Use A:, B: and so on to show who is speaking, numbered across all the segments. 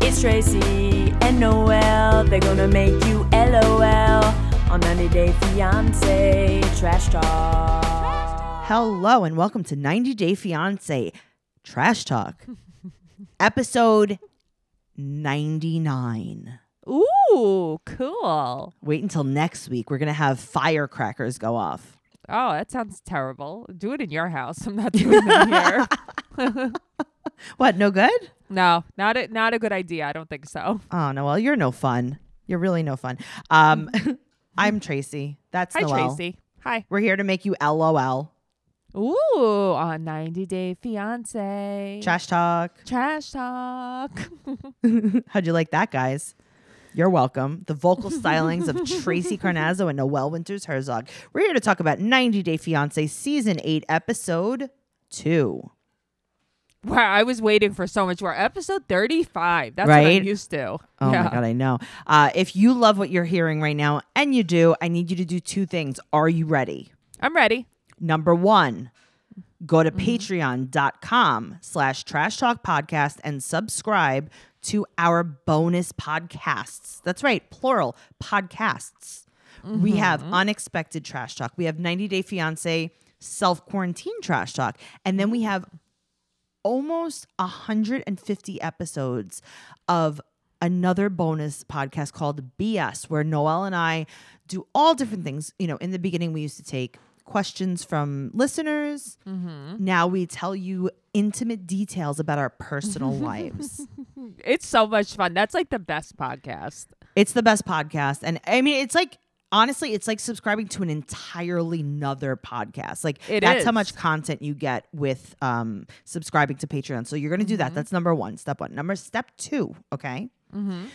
A: It's Tracy and Noel. They're gonna make you LOL on 90 Day Fiance Trash Talk.
B: Hello and welcome to 90 Day Fiance Trash Talk, episode 99.
A: Ooh, cool. Oh,
B: Wait until next week. We're going to have firecrackers go off.
A: Oh, that sounds terrible. Do it in your house. I'm not doing it here.
B: What, no good?
A: No, not a not a good idea. I don't think so.
B: Oh, Noel, you're no fun. You're really no fun. Um, I'm Tracy. That's
A: Hi,
B: Noel.
A: Tracy. Hi.
B: We're here to make you LOL.
A: Ooh, on 90 Day Fiance
B: Trash Talk.
A: Trash Talk.
B: How'd you like that, guys? You're welcome. The vocal stylings of Tracy Carnazzo and Noel Winters Herzog. We're here to talk about 90 Day Fiance Season 8, Episode 2.
A: Wow, I was waiting for so much more. Episode 35. That's what
B: Right?
A: I'm used to.
B: Oh
A: yeah.
B: my God, I know. Uh, if you love what you're hearing right now, and you do, I need you to do two things. Are you ready?
A: I'm ready.
B: Number one, go to patreon.com slash trash talk podcast and subscribe to our bonus podcasts. That's right, plural podcasts. We have unexpected trash talk. We have 90 Day Fiance self quarantine trash talk. And then we have almost 150 episodes of another bonus podcast called BS, where Noel and I do all different things. You know, in the beginning, we used to take questions from listeners. Now we tell you intimate details about our personal lives.
A: It's so much fun. That's like the best podcast.
B: It's the best podcast. And I mean, it's like, honestly, it's like subscribing to an entirely nother podcast. Like,
A: It
B: that's how
A: is.
B: much content you get with um, subscribing to Patreon. So you're going to do that. That's number one, step one. Number step two, okay?
A: Mm-hmm.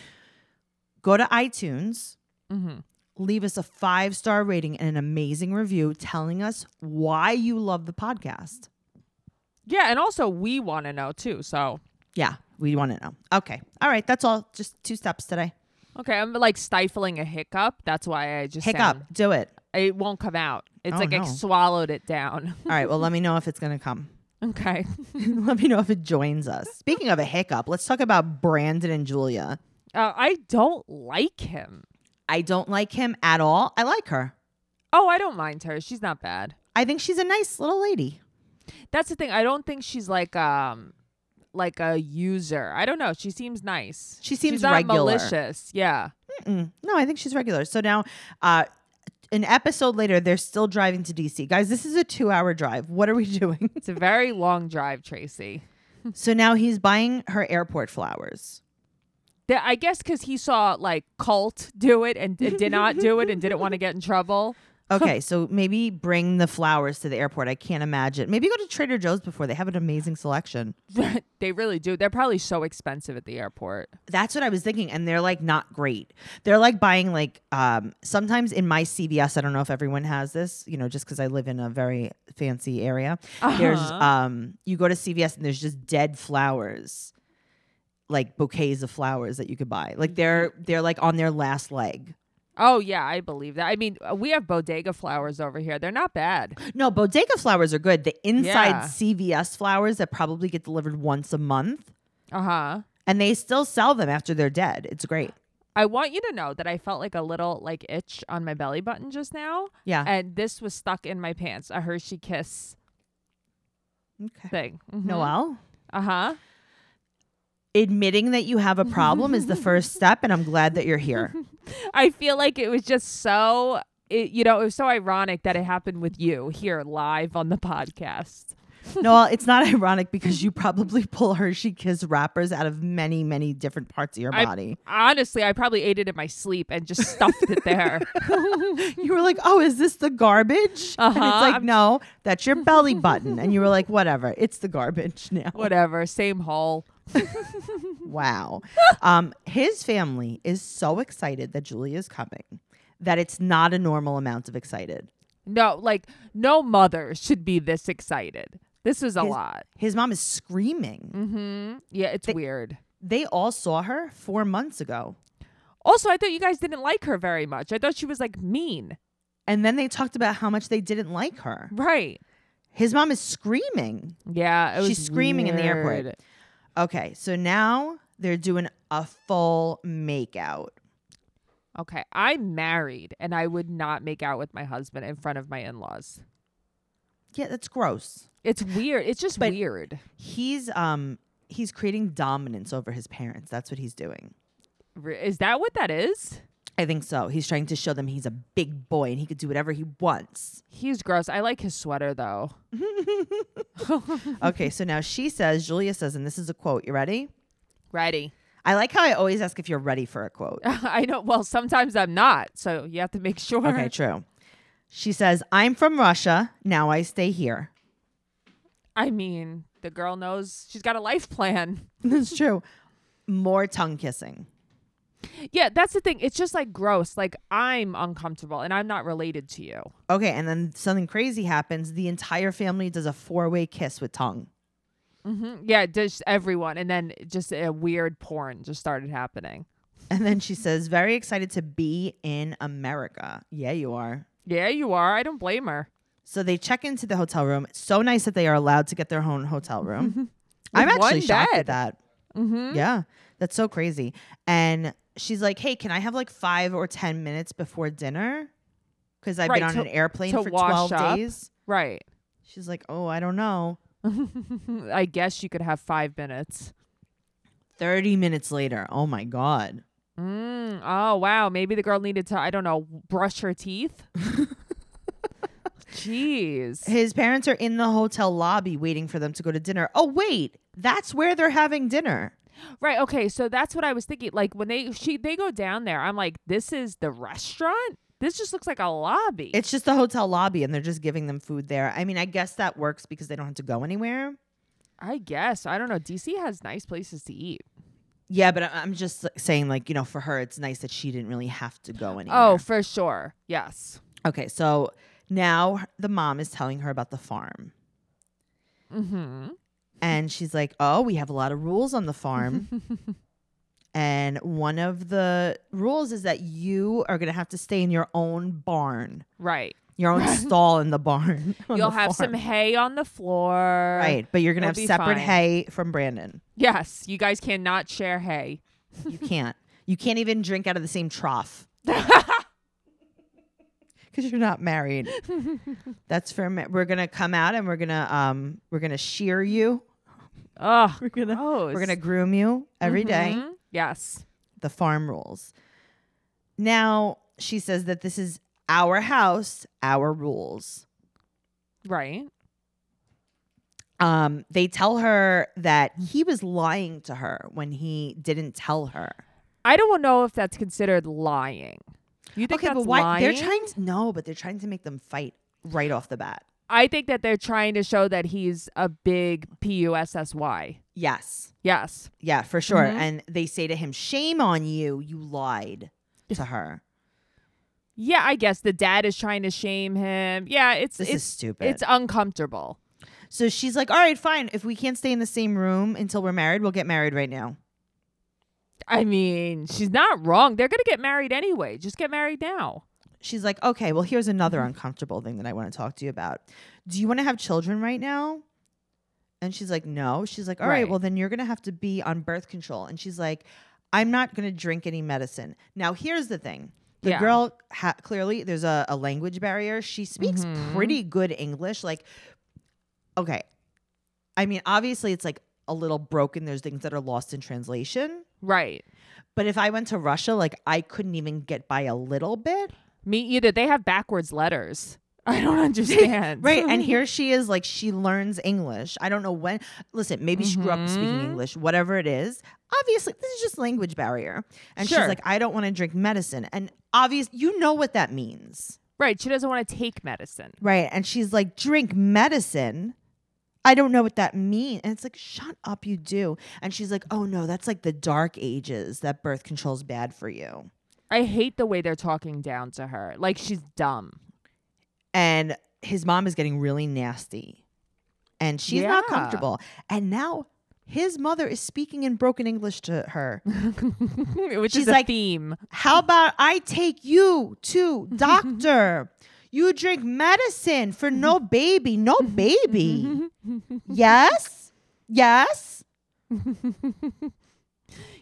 B: Go to iTunes,
A: Mm-hmm.
B: leave us a five star rating and an amazing review telling us why you love the podcast.
A: Yeah, and also we want to know too. So
B: Yeah, we want to know. Okay. All right. That's all. Just two steps today.
A: okay, I'm like stifling a hiccup. That's why I just
B: Pick
A: sound-
B: up. Do it.
A: It won't come out. It's
B: Oh,
A: like
B: no.
A: I swallowed it down.
B: All right. Well, let me know if it's going to come.
A: okay.
B: Let me know if it joins us. Speaking of a hiccup, let's talk about Brandon and Julia.
A: Uh, I don't like him.
B: I don't like him at all. I like her.
A: Oh, I don't mind her. She's not bad.
B: I think she's a nice little lady.
A: That's the thing. I don't think she's like um like a user. I don't know. She seems nice.
B: She seems
A: she's not
B: regular.
A: malicious. Yeah.
B: Mm-mm. No, I think she's regular. So now, uh, an episode later, they're still driving to DC. Guys, this is a two hour drive. What are we doing?
A: It's a very long drive, Tracy.
B: so now he's buying her airport flowers.
A: Th- I guess because he saw like cult do it and d- did not do it and didn't want to get in trouble.
B: Okay, so maybe bring the flowers to the airport. I can't imagine. Maybe go to Trader Joe's before. They have an amazing selection.
A: they really do. They're probably so expensive at the airport.
B: That's what I was thinking. And they're like not great. They're like buying like um sometimes in my CVS, I don't know if everyone has this, you know, just because I live in a very fancy area. There's
A: Uh-huh.
B: um you go to CVS and there's just dead flowers. Like bouquets of flowers that you could buy. Like they're they're like on their last leg.
A: Oh yeah, I believe that. I mean, uh, we have bodega flowers over here. They're not bad.
B: No, bodega flowers are good. The inside
A: Yeah.
B: CVS flowers that probably get delivered once a month.
A: Uh huh.
B: And they still sell them after they're dead. It's great.
A: I want you to know that I felt like a little like itch on my belly button just now,
B: Yeah.
A: and this was stuck in my pants. A Hershey Kiss
B: Okay.
A: thing. Mm-hmm.
B: Noelle?
A: Uh huh.
B: admitting that you have a problem is the first step and i'm glad that you're here
A: I feel like it was just so. It, you know, it was so ironic that it happened with you here live on the podcast.
B: noel it's not ironic because you probably pull hershey kiss wrappers out of many many different parts of your
A: I-
B: body
A: honestly, I probably ate it in my sleep and just stuffed it there.
B: you were like oh is this the garbage and it's
A: Uh-huh,
B: like
A: I'm-
B: no that's your belly button and you were like whatever it's the garbage now
A: Whatever, same hole.
B: wow um his family is so excited that julia is coming that it's not a normal amount of excited
A: No, like no mother should be this excited. This is a
B: His-
A: lot.
B: his mom is screaming
A: Mm-hmm. Yeah, it's
B: They-
A: weird.
B: they all saw her four months ago
A: Also, I thought you guys didn't like her very much. I thought she was like mean.
B: And then they talked about how much they didn't like her.
A: Right.
B: His mom is screaming.
A: Yeah. It was
B: She's screaming in the airport.
A: weird.
B: Okay, so now They're doing a full makeout.
A: Okay, I'm married and I would not make out with my husband in front of my in-laws.
B: Yeah, that's gross.
A: It's weird. It's just
B: But-
A: weird.
B: He's um he's creating dominance over his parents. That's what he's doing.
A: Re- Is that what that is?
B: I think so. He's trying to show them he's a big boy and he could do whatever he wants.
A: He's gross. I like his sweater though.
B: okay, so now she says, Julia says, and this is a quote. You ready?
A: Ready.
B: I like how I always ask if you're ready for a quote.
A: I know. Well, sometimes I'm not, so you have to make sure.
B: Okay, true. She says, I'm from Russia. Now I stay here.
A: I mean, the girl knows she's got a life plan.
B: That's true. More tongue kissing.
A: Yeah, that's the thing. It's just like gross. Like I'm uncomfortable and I'm not related to you.
B: Okay, and then something crazy happens. The entire family does a four way kiss with tongue.
A: Mm, Yeah, just everyone, and then just a weird porn just started happening.
B: And then she says, Very excited to be in America. Yeah, you are.
A: Yeah, you are. I don't blame her.
B: So they check into the hotel room. It's so nice that they are allowed to get their own hotel room. I'm
A: With one
B: actually shocked at
A: bed.
B: that.
A: Mm-hmm.
B: Yeah, that's so crazy. And she's like, "Hey, can I have like five or ten minutes before dinner? Because I've
A: Right,
B: been on
A: to-
B: an airplane
A: to
B: for
A: wash
B: twelve
A: up."
B: days."
A: Right.
B: She's like, "Oh, I don't know."
A: I guess you could have five minutes.
B: Thirty minutes later, oh my god,
A: Mm, oh wow, maybe the girl needed to I don't know brush her teeth. Jeez.
B: his parents are in the hotel lobby waiting for them to go to dinner. Oh wait, that's where they're having dinner.
A: Right. Okay. So that's what I was thinking. Like when they she they go down there, I'm like, this is the restaurant. This just looks like a lobby.
B: It's just the hotel lobby, and they're just giving them food there. I mean, I guess that works because they don't have to go anywhere.
A: I guess I don't know. DC has nice places to eat.
B: Yeah, but I- I'm just like, saying, like, you know, for her, it's nice that she didn't really have to go anywhere.
A: Oh, for sure. Yes.
B: Okay, so now the mom is telling her about the farm.
A: Mm-hmm.
B: And she's like, Oh, we have a lot of rules on the farm. and one of the rules is that you are going to have to stay in your own barn,
A: Right.
B: your own stall in the barn. on
A: You'll
B: the
A: have
B: farm.
A: some hay on the floor.
B: Right, but you're going to
A: It'll
B: have
A: be
B: separate
A: fine.
B: hay from Brandon.
A: Yes. You guys cannot share hay.
B: You can't. you can't even drink out of the same trough. because you're not married. That's for ma- we're gonna come out and we're gonna um we're gonna shear you.
A: Oh, we're gonna. Mm-hmm.
B: We're gonna groom you every day.
A: Yes.
B: The farm rules. Now she says that this is our house, our rules.
A: Right.
B: Um, they tell her that he was lying to her when he didn't tell her.
A: I don't know if that's considered lying. You think
B: okay,
A: that's
B: but why
A: lying?
B: they're trying to no, but they're trying to make them fight right off the bat.
A: I think that they're trying to show that he's a big P U S S Y.
B: Yes.
A: Yes.
B: Yeah, for sure.
A: Mhm.
B: And they say to him, Shame on you, you lied to her.
A: Yeah, I guess the dad is trying to shame him. Yeah, it's
B: This
A: it's
B: is stupid.
A: it's uncomfortable.
B: so she's like, All right, fine. If we can't stay in the same room until we're married, we'll get married right now.
A: I mean, she's not wrong. They're gonna get married anyway. Just get married now.
B: She's like, Okay, well, here's another uncomfortable thing that I want to talk to you about. Do you want to have children right now? And she's like, No. She's like, "All right,
A: Right.
B: well, then you're going to have to be on birth control. And she's like, I'm not going to drink any medicine. Now, here's the thing. The
A: Yeah.
B: girl ha- clearly there's a, a language barrier. She speaks
A: Mhm.
B: pretty good English. Like, okay, I mean, obviously it's like a little broken. There's things that are lost in translation.
A: Right.
B: But if I went to Russia, like I couldn't even get by a little bit.
A: Me either. They have backwards letters. I don't understand.
B: Right. And here she is, like she learns English. I don't know when. Listen, maybe she grew up speaking
A: Mhm.
B: English, whatever it is. Obviously, this is just language barrier. And she's
A: Sure.
B: like, I don't want to drink medicine. And obvious, you know what that means.
A: Right. She doesn't want to take medicine.
B: Right. And she's like, drink medicine. I don't know what that means. And it's like, shut up, you do. And she's like, oh no, that's like the dark ages that birth control's bad for you.
A: I hate the way they're talking down to her. Like she's dumb.
B: And his mom is getting really nasty. And she's not
A: Yeah.
B: comfortable. And now his mother is speaking in broken English to her.
A: Which
B: She's
A: is a
B: like-
A: theme.
B: How about I take you to doctor? you drink medicine for no baby, no baby. yes? Yes?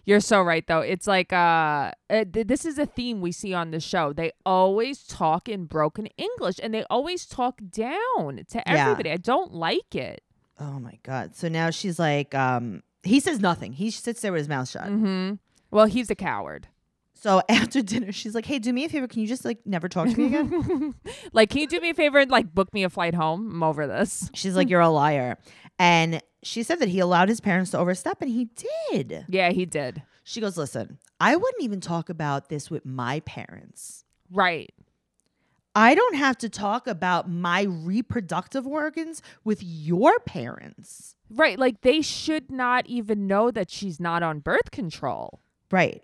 A: You're so right though. It's like uh, uh th- this is a theme we see on the show. They always talk in broken English and they always talk down to everybody. I don't like it.
B: Oh my god. So now she's like, um, he says nothing. He sits there with his mouth shut.
A: Mhm. Well, he's a coward.
B: So after dinner, she's like, "Hey, do me a favor. Can you just like never talk to me again?"
A: Like, can you do me a favor and like book me a flight home? I'm over this.
B: she's like, "You're a liar." And she said that he allowed his parents to overstep, and he did.
A: Yeah, he did.
B: She goes, "Listen, I wouldn't even talk about this with my parents.
A: Right.
B: I don't have to talk about my reproductive organs with your parents."
A: Right. Like they should not even know that she's not on birth control.
B: Right.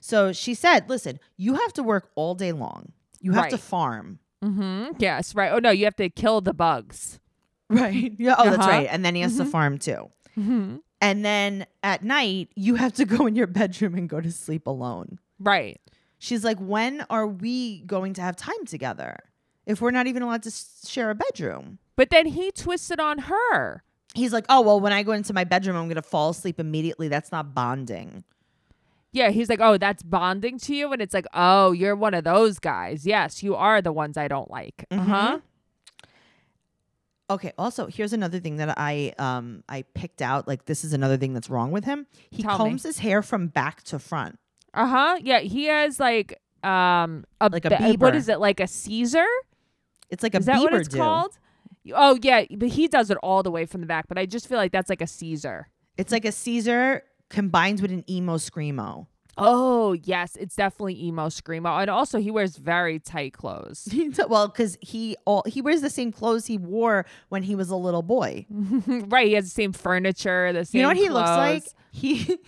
B: So she said, "Listen, you have to work all day long. You have to
A: Right.
B: farm."
A: Mm-hmm. Yes. Right. Oh no, you have to kill the bugs.
B: Right. Yeah. Oh, that's
A: Uh-huh.
B: right. And then he has to farm too.
A: Mm-hmm.
B: And then at night, you have to go in your bedroom and go to sleep alone.
A: Right.
B: She's like, When are we going to have time together if we're not even allowed to s- share a bedroom?
A: But then he twisted on her.
B: He's like, Oh, well, when I go into my bedroom, I'm going to fall asleep immediately. That's not bonding.
A: Yeah, he's like, "Oh, that's bonding to you," and it's like, "Oh, you're one of those guys. Yes, you are the ones I don't like."
B: Mm-hmm.
A: Uh huh.
B: Okay. Also, here's another thing that I um I picked out. Like this is another thing that's wrong with him. He
A: Tell me.
B: combs his hair from back to front.
A: Uh huh. Yeah, he has like um a
B: Like a
A: ba- what
B: Bieber.
A: is it like a Caesar?
B: It's like a
A: is that what
B: Bieber
A: it's
B: do.
A: called? Oh yeah, but he does it all the way from the back. But I just feel like that's like a Caesar.
B: It's like a Caesar combined with an emo screamo.
A: Oh yes, it's definitely emo screamo, and also he wears very tight clothes.
B: well, because he all he wears the same clothes he wore when he was a little boy.
A: right, he has the same furniture, the same.
B: you know what he looks like?
A: clothes.
B: He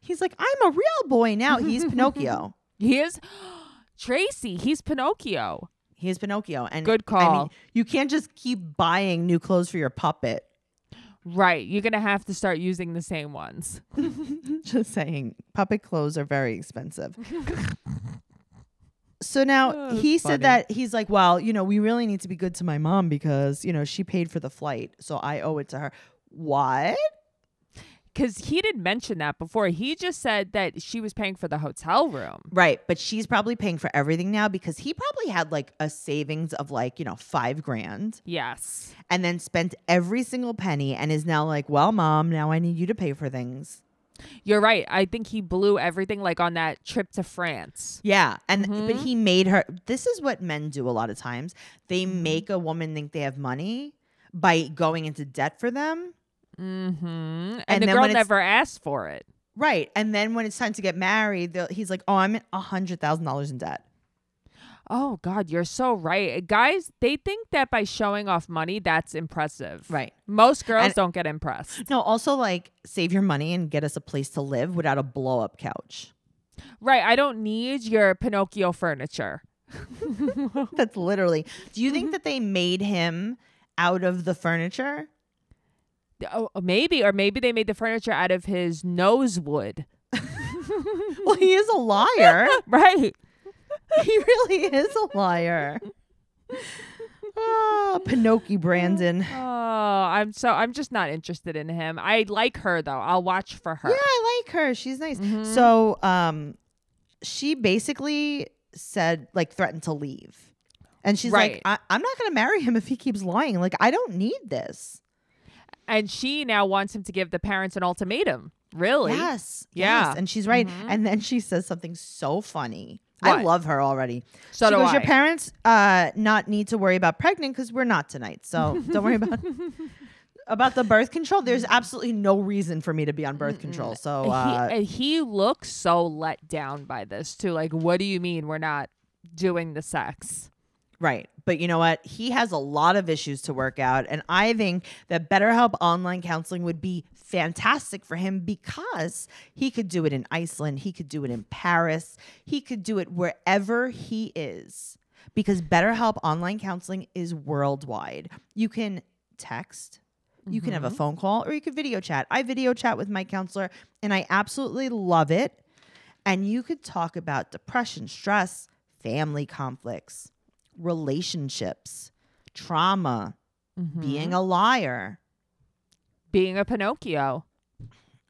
B: he's like I'm a real boy now. He's Pinocchio.
A: He is Tracy. He's Pinocchio.
B: He is Pinocchio. And
A: Good
B: I mean,
A: call.
B: you can't just keep buying new clothes for your puppet.
A: Right, you're gonna have to start using the same ones.
B: Just saying, puppet clothes are very expensive. so now
A: Oh,
B: he
A: that's funny.
B: said that he's like, well, you know, we really need to be good to my mom because you know she paid for the flight, so I owe it to her. What?
A: Because he didn't mention that before. He just said that she was paying for the hotel room.
B: Right, but she's probably paying for everything now because he probably had like a savings of like, you know, 5 grand
A: Yes.
B: and then spent every single penny and is now like, "Well, mom, now I need you to pay for things."
A: You're right. I think he blew everything like on that trip to France.
B: Yeah, Mm-hmm. and but he made her This is what men do a lot of times. They make a woman think they have money by going into debt for them.
A: Mm-hmm. And,
B: And
A: the
B: then
A: girl
B: when it's-
A: never asked for it.
B: Right. And then when it's time to get married, they'll- he's like, "Oh, I'm a $100,000 in debt."
A: Oh, God, you're so right. Guys, they think that by showing off money, that's impressive.
B: Right.
A: Most girls
B: And-
A: don't get impressed.
B: No, also like save your money and get us a place to live without a blow-up couch.
A: Right. I don't need your Pinocchio furniture.
B: That's literally. Do you think that they made him out of the furniture?
A: Oh, maybe. Or maybe they made the furniture out of his nose wood.
B: Well, he is a liar.
A: Right.
B: he really is a liar. Ah, Pinocchio Brandon. Yeah,
A: Oh, I'm so I'm just not interested in him. I like her though. I'll watch for her.
B: I like her. She's nice. So, um, she basically said like threatened to leave, and she's
A: Right.
B: like, I- "I'm not going to marry him if he keeps lying. Like, I don't need this."
A: And she now wants him to give the parents an ultimatum. Really?
B: Yes.
A: Yeah. Mm-hmm.
B: Yes. And she's right. And then she says something so funny. I
A: What?
B: love her already.
A: So
B: she
A: do
B: goes, Your
A: I."
B: parents uh not need to worry about pregnant because we're not tonight. So don't worry about about the birth control. There's absolutely no reason for me to be on birth control. So
A: He,
B: uh
A: and he looks so let down by this too. Like, what do you mean we're not doing the sex?
B: Right. But you know what? He has a lot of issues to work out. And I think that BetterHelp online counseling would be fantastic for him because he could do it in Iceland. He could do it in Paris. He could do it wherever he is because BetterHelp online counseling is worldwide. You can text. You can have a phone call or you could video chat. I video chat with my counselor and I absolutely love it. And you could talk about depression, stress, family conflicts, relationships,
A: Mm-hmm.
B: trauma, being a liar.
A: Being a Pinocchio.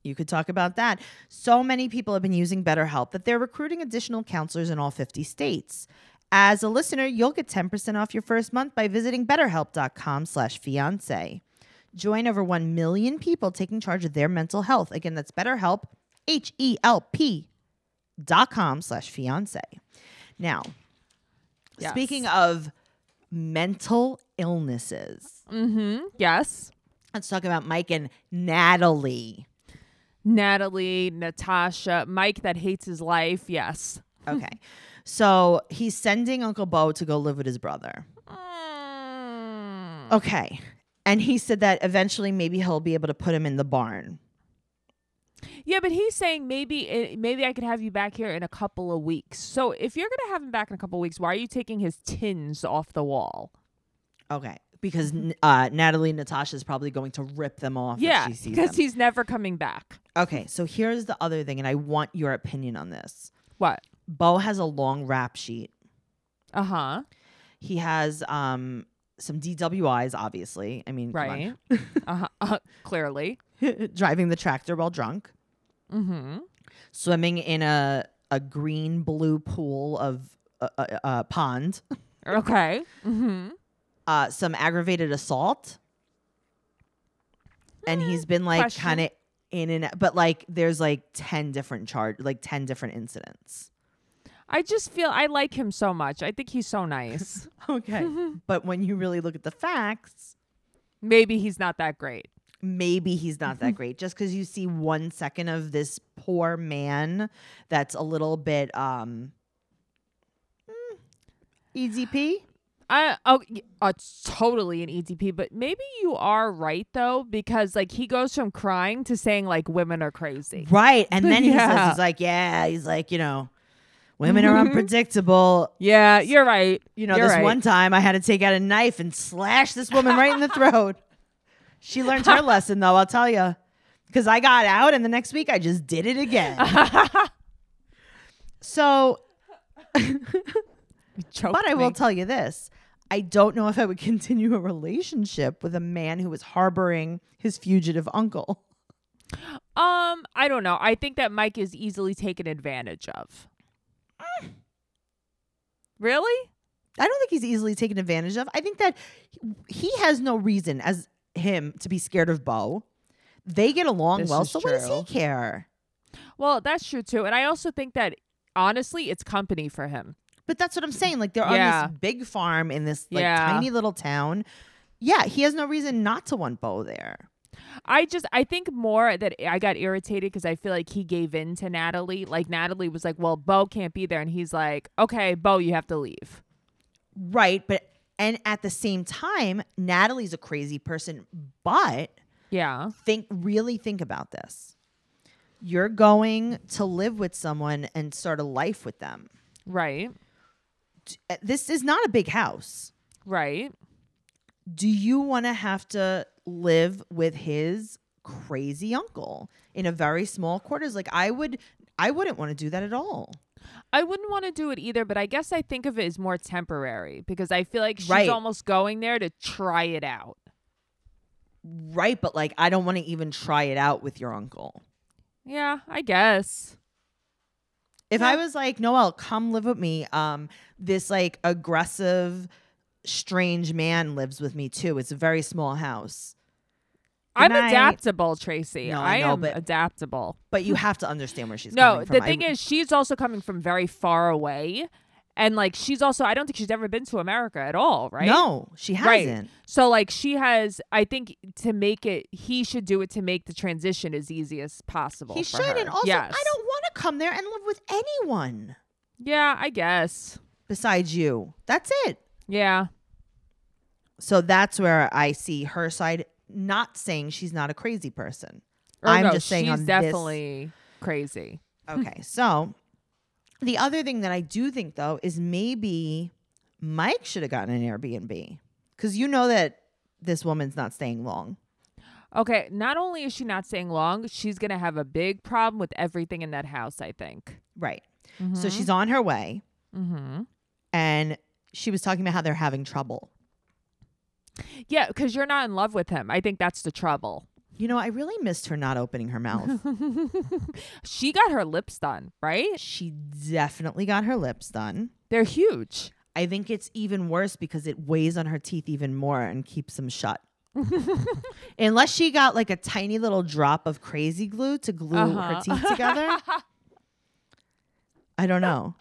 B: You could talk about that. So many people have been using BetterHelp that they're recruiting additional counselors in all 50 states. As a listener, you'll get 10% off your first month by visiting betterhelp.com slash fiance. Join over 1 million people taking charge of their mental health. Again, that's BetterHelp, H-E-L-P dot com slash fiance. Now,
A: Yes.
B: speaking of mental illnesses,
A: Mm-hmm. Yes.
B: let's talk about Mike and Natalie.
A: Natalie, Natasha, Mike that hates his life. Yes.
B: Okay. so he's sending Uncle Bo to go live with his brother.
A: Mm.
B: Okay. And he said that eventually maybe he'll be able to put him in the barn.
A: Yeah, but he's saying maybe it, maybe I could have you back here in a couple of weeks. So if you're gonna have him back in a couple of weeks, why are you taking his tins off the wall?
B: Okay. Because n- uh, Natalie Natasha is probably going to rip them off. if
A: Hmm. yeah,
B: she sees
A: because
B: them.
A: he's never coming back.
B: okay. So here's the other thing, and I want your opinion on this.
A: What?
B: Bo has a long rap sheet.
A: Uh huh.
B: He has um, some DWIs, obviously. I mean, come on.
A: Right. uh-huh. Uh, clearly.
B: driving the tractor while drunk,
A: Mm-hmm.
B: swimming in a a green blue pool of a, a, a pond,
A: Okay. Mm-hmm.
B: uh, some aggravated assault, and he's been like
A: question.
B: kind of in and out, but like there's like ten different charge, like ten different incidents.
A: I just feel I like him so much. I think he's so nice.
B: Okay, but when you really look at the facts,
A: maybe he's not that great.
B: maybe he's not that great just because you see one second of this poor man that's a little bit um mm, EZP.
A: I oh, y- uh, it's totally an EDP, but maybe you are right though because like he goes from crying to saying like women are crazy.
B: Right. And then he says,
A: Yeah.
B: he's like, yeah, he's like, you know, women are unpredictable.
A: Yeah, you're right.
B: You know,
A: You're
B: this
A: right.
B: one time I had to take out a knife and slash this woman right in the throat. She learned her lesson, though, I'll tell you. Because I got out and the next week I just did it again. so,
A: You choked
B: but I will
A: me.
B: tell you this. I don't know if I would continue a relationship with a man who was harboring his fugitive uncle.
A: um, I don't know. I think that Mike is easily taken advantage of.
B: Ah.
A: Really?
B: I don't think he's easily taken advantage of. I think that he has no reason as him to be scared of Bo. They get along
A: This
B: well,
A: is
B: so what does he
A: true.
B: care?
A: Well, that's true too. And I also think that honestly, it's company for him.
B: But that's what I'm saying. Like they're
A: Yeah.
B: on this big farm in this like
A: Yeah.
B: tiny little town. Yeah, he has no reason not to want Bo there.
A: I just I think more that I got irritated because I feel like he gave in to Natalie. Like Natalie was like, "Well, Bo can't be there," and he's like, "Okay, Bo, you have to leave."
B: Right, but and at the same time, Natalie's a crazy person, but
A: Yeah,
B: think really think about this. You're going to live with someone and start a life with them.
A: right,
B: Uh, This is not a big house.
A: right.
B: do you want to have to live with his crazy uncle in a very small quarters like i would i wouldn't want to do that at all
A: I wouldn't want to do it either, but I guess I think of it as more temporary because I feel like she's
B: Right.
A: almost going there to try it out.
B: right but like i don't want to even try it out with your uncle
A: Yeah, I guess.
B: if i was like noel come live with me um this like aggressive strange man lives with me too it's a very small house
A: I'm
B: Good night.
A: adaptable, Tracy.
B: No, I
A: I,
B: know,
A: am
B: but-
A: adaptable.
B: but you have to understand where she's
A: Hmm. No,
B: coming
A: the
B: from.
A: thing is, she's also coming from very far away, and like she's also I don't think she's ever been to America at all, right?
B: no she
A: Right.
B: hasn't
A: So like she has I think to make it he should do it to make the transition as easy as possible.
B: he
A: for
B: should
A: her.
B: and also
A: Yes.
B: i don't want to come there and live with anyone
A: Yeah, I guess.
B: besides you that's it
A: Yeah.
B: So that's where I see her side. Not saying she's not a crazy person.
A: Or
B: I'm
A: Oh, no,
B: just saying
A: she's
B: on this-
A: definitely crazy.
B: Okay. so the other thing that I do think though is maybe Mike should have gotten an Airbnb because you know that this woman's not staying long.
A: Okay, not only is she not staying long, she's gonna have a big problem with everything in that house, I think.
B: Right. So she's on her way
A: Mm-hmm.
B: and she was talking about how they're having trouble.
A: Yeah, because you're not in love with him. I think that's the trouble.
B: You know, I really missed her not opening her mouth.
A: She got her lips done, right?
B: she definitely got her lips done.
A: They're huge.
B: I think it's even worse because it weighs on her teeth even more and keeps them shut. Unless she got like a tiny little drop of crazy glue to glue her
A: Uh-huh.
B: teeth together. I don't know.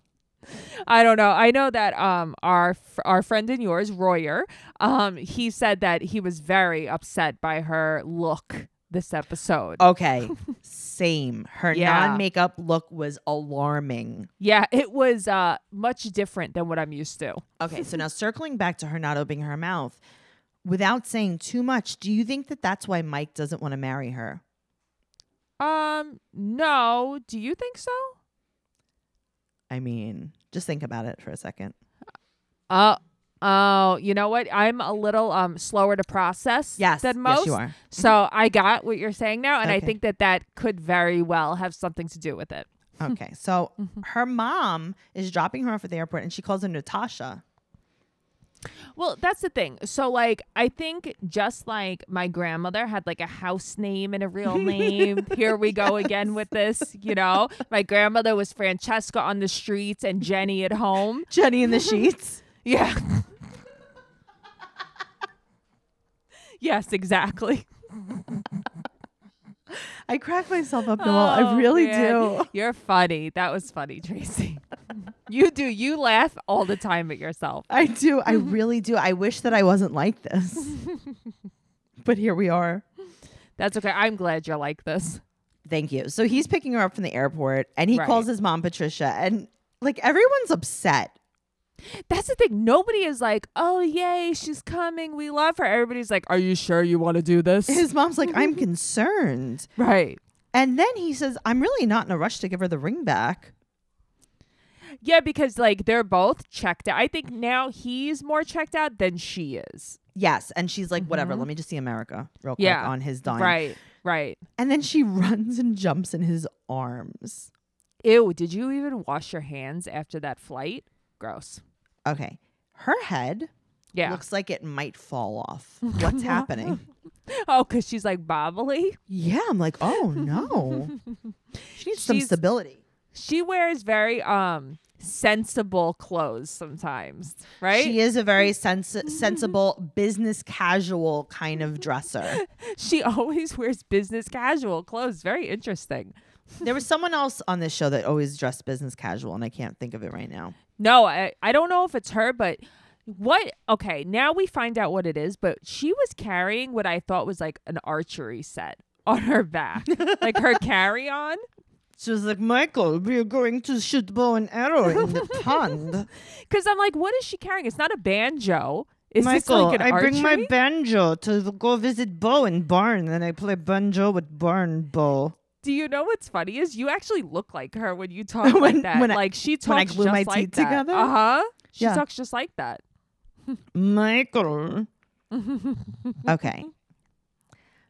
A: I don't know. I know that um our f- our friend and yours Royer, um he said that he was very upset by her look this episode.
B: Okay. Same. Her
A: Yeah.
B: non makeup look was alarming.
A: Yeah, it was uh much different than what I'm used to.
B: Okay. So now circling back to her not opening her mouth without saying too much, do you think that that's why Mike doesn't want to marry her?
A: Um no, do you think so?
B: I mean, just think about it for a second.
A: Uh oh, you know what? I'm a little um slower to process
B: Yes.
A: than most.
B: yes, you are.
A: So I got what you're saying now and
B: Okay.
A: I think that that could very well have something to do with it.
B: Okay. So
A: Mm-hmm.
B: her mom is dropping her off at the airport and she calls her Natasha.
A: Well, that's the thing. So, like, I think just like my grandmother had like a house name and a real name. Here we go again with this. You know, my grandmother was Francesca on the streets and Jenny at home.
B: Jenny in the sheets.
A: Yeah. yes, exactly.
B: I crack myself up, Noel. I
A: Oh,
B: really
A: man.
B: do.
A: You're funny. That was funny, Tracy. you do. You laugh all the time at yourself.
B: I do. I
A: Mm-hmm.
B: really do. I wish that I wasn't like this. but here we are.
A: That's okay. I'm glad you're like this.
B: Thank you. So he's picking her up from the airport and he
A: Right.
B: calls his mom Patricia and like everyone's upset.
A: That's the thing. Nobody is like, oh, yay, she's coming. We love her. Everybody's like, are you sure you want to do this?
B: His mom's like,
A: Mm-hmm.
B: I'm concerned.
A: right.
B: And then he says, I'm really not in a rush to give her the ring back.
A: Yeah, because like they're both checked out. I think now he's more checked out than she is.
B: Yes. And she's like, whatever, let me just see America real quick
A: Mm-hmm. Yeah.
B: on his dime.
A: Right. Right.
B: And then she runs and jumps in his arms.
A: Ew, did you even wash your hands after that flight? Gross.
B: Okay. Her head
A: Yeah.
B: looks like it might fall off. What's happening?
A: oh, because she's like bobbly.
B: Yeah, I'm like, oh no. she needs some
A: She's-
B: stability.
A: She wears very um sensible clothes sometimes, right?
B: She is a very sens- sensible, business casual kind of dresser.
A: she always wears business casual clothes. Very interesting.
B: There was someone else on this show that always dressed business casual, and I can't think of it right now.
A: No, I, I don't know if it's her, but what? Okay, now we find out what it is, but she was carrying what I thought was like an archery set on her back, like her carry on.
B: She was like, Michael, we are going to shoot bow and arrow in the pond.
A: Because I'm like, what is she carrying? It's not a banjo. Is
B: Michael,
A: this like an
B: I
A: archery?
B: bring my banjo to the- go visit Bo in Barn, and I play banjo with Barn Bo.
A: Do you know what's funny is you actually look like her when you talk
B: When-
A: like that.
B: when I-
A: like she talks
B: when I glue
A: just
B: my
A: like
B: teeth together?
A: Uh huh. She
B: Yeah.
A: talks just like that.
B: Michael. okay.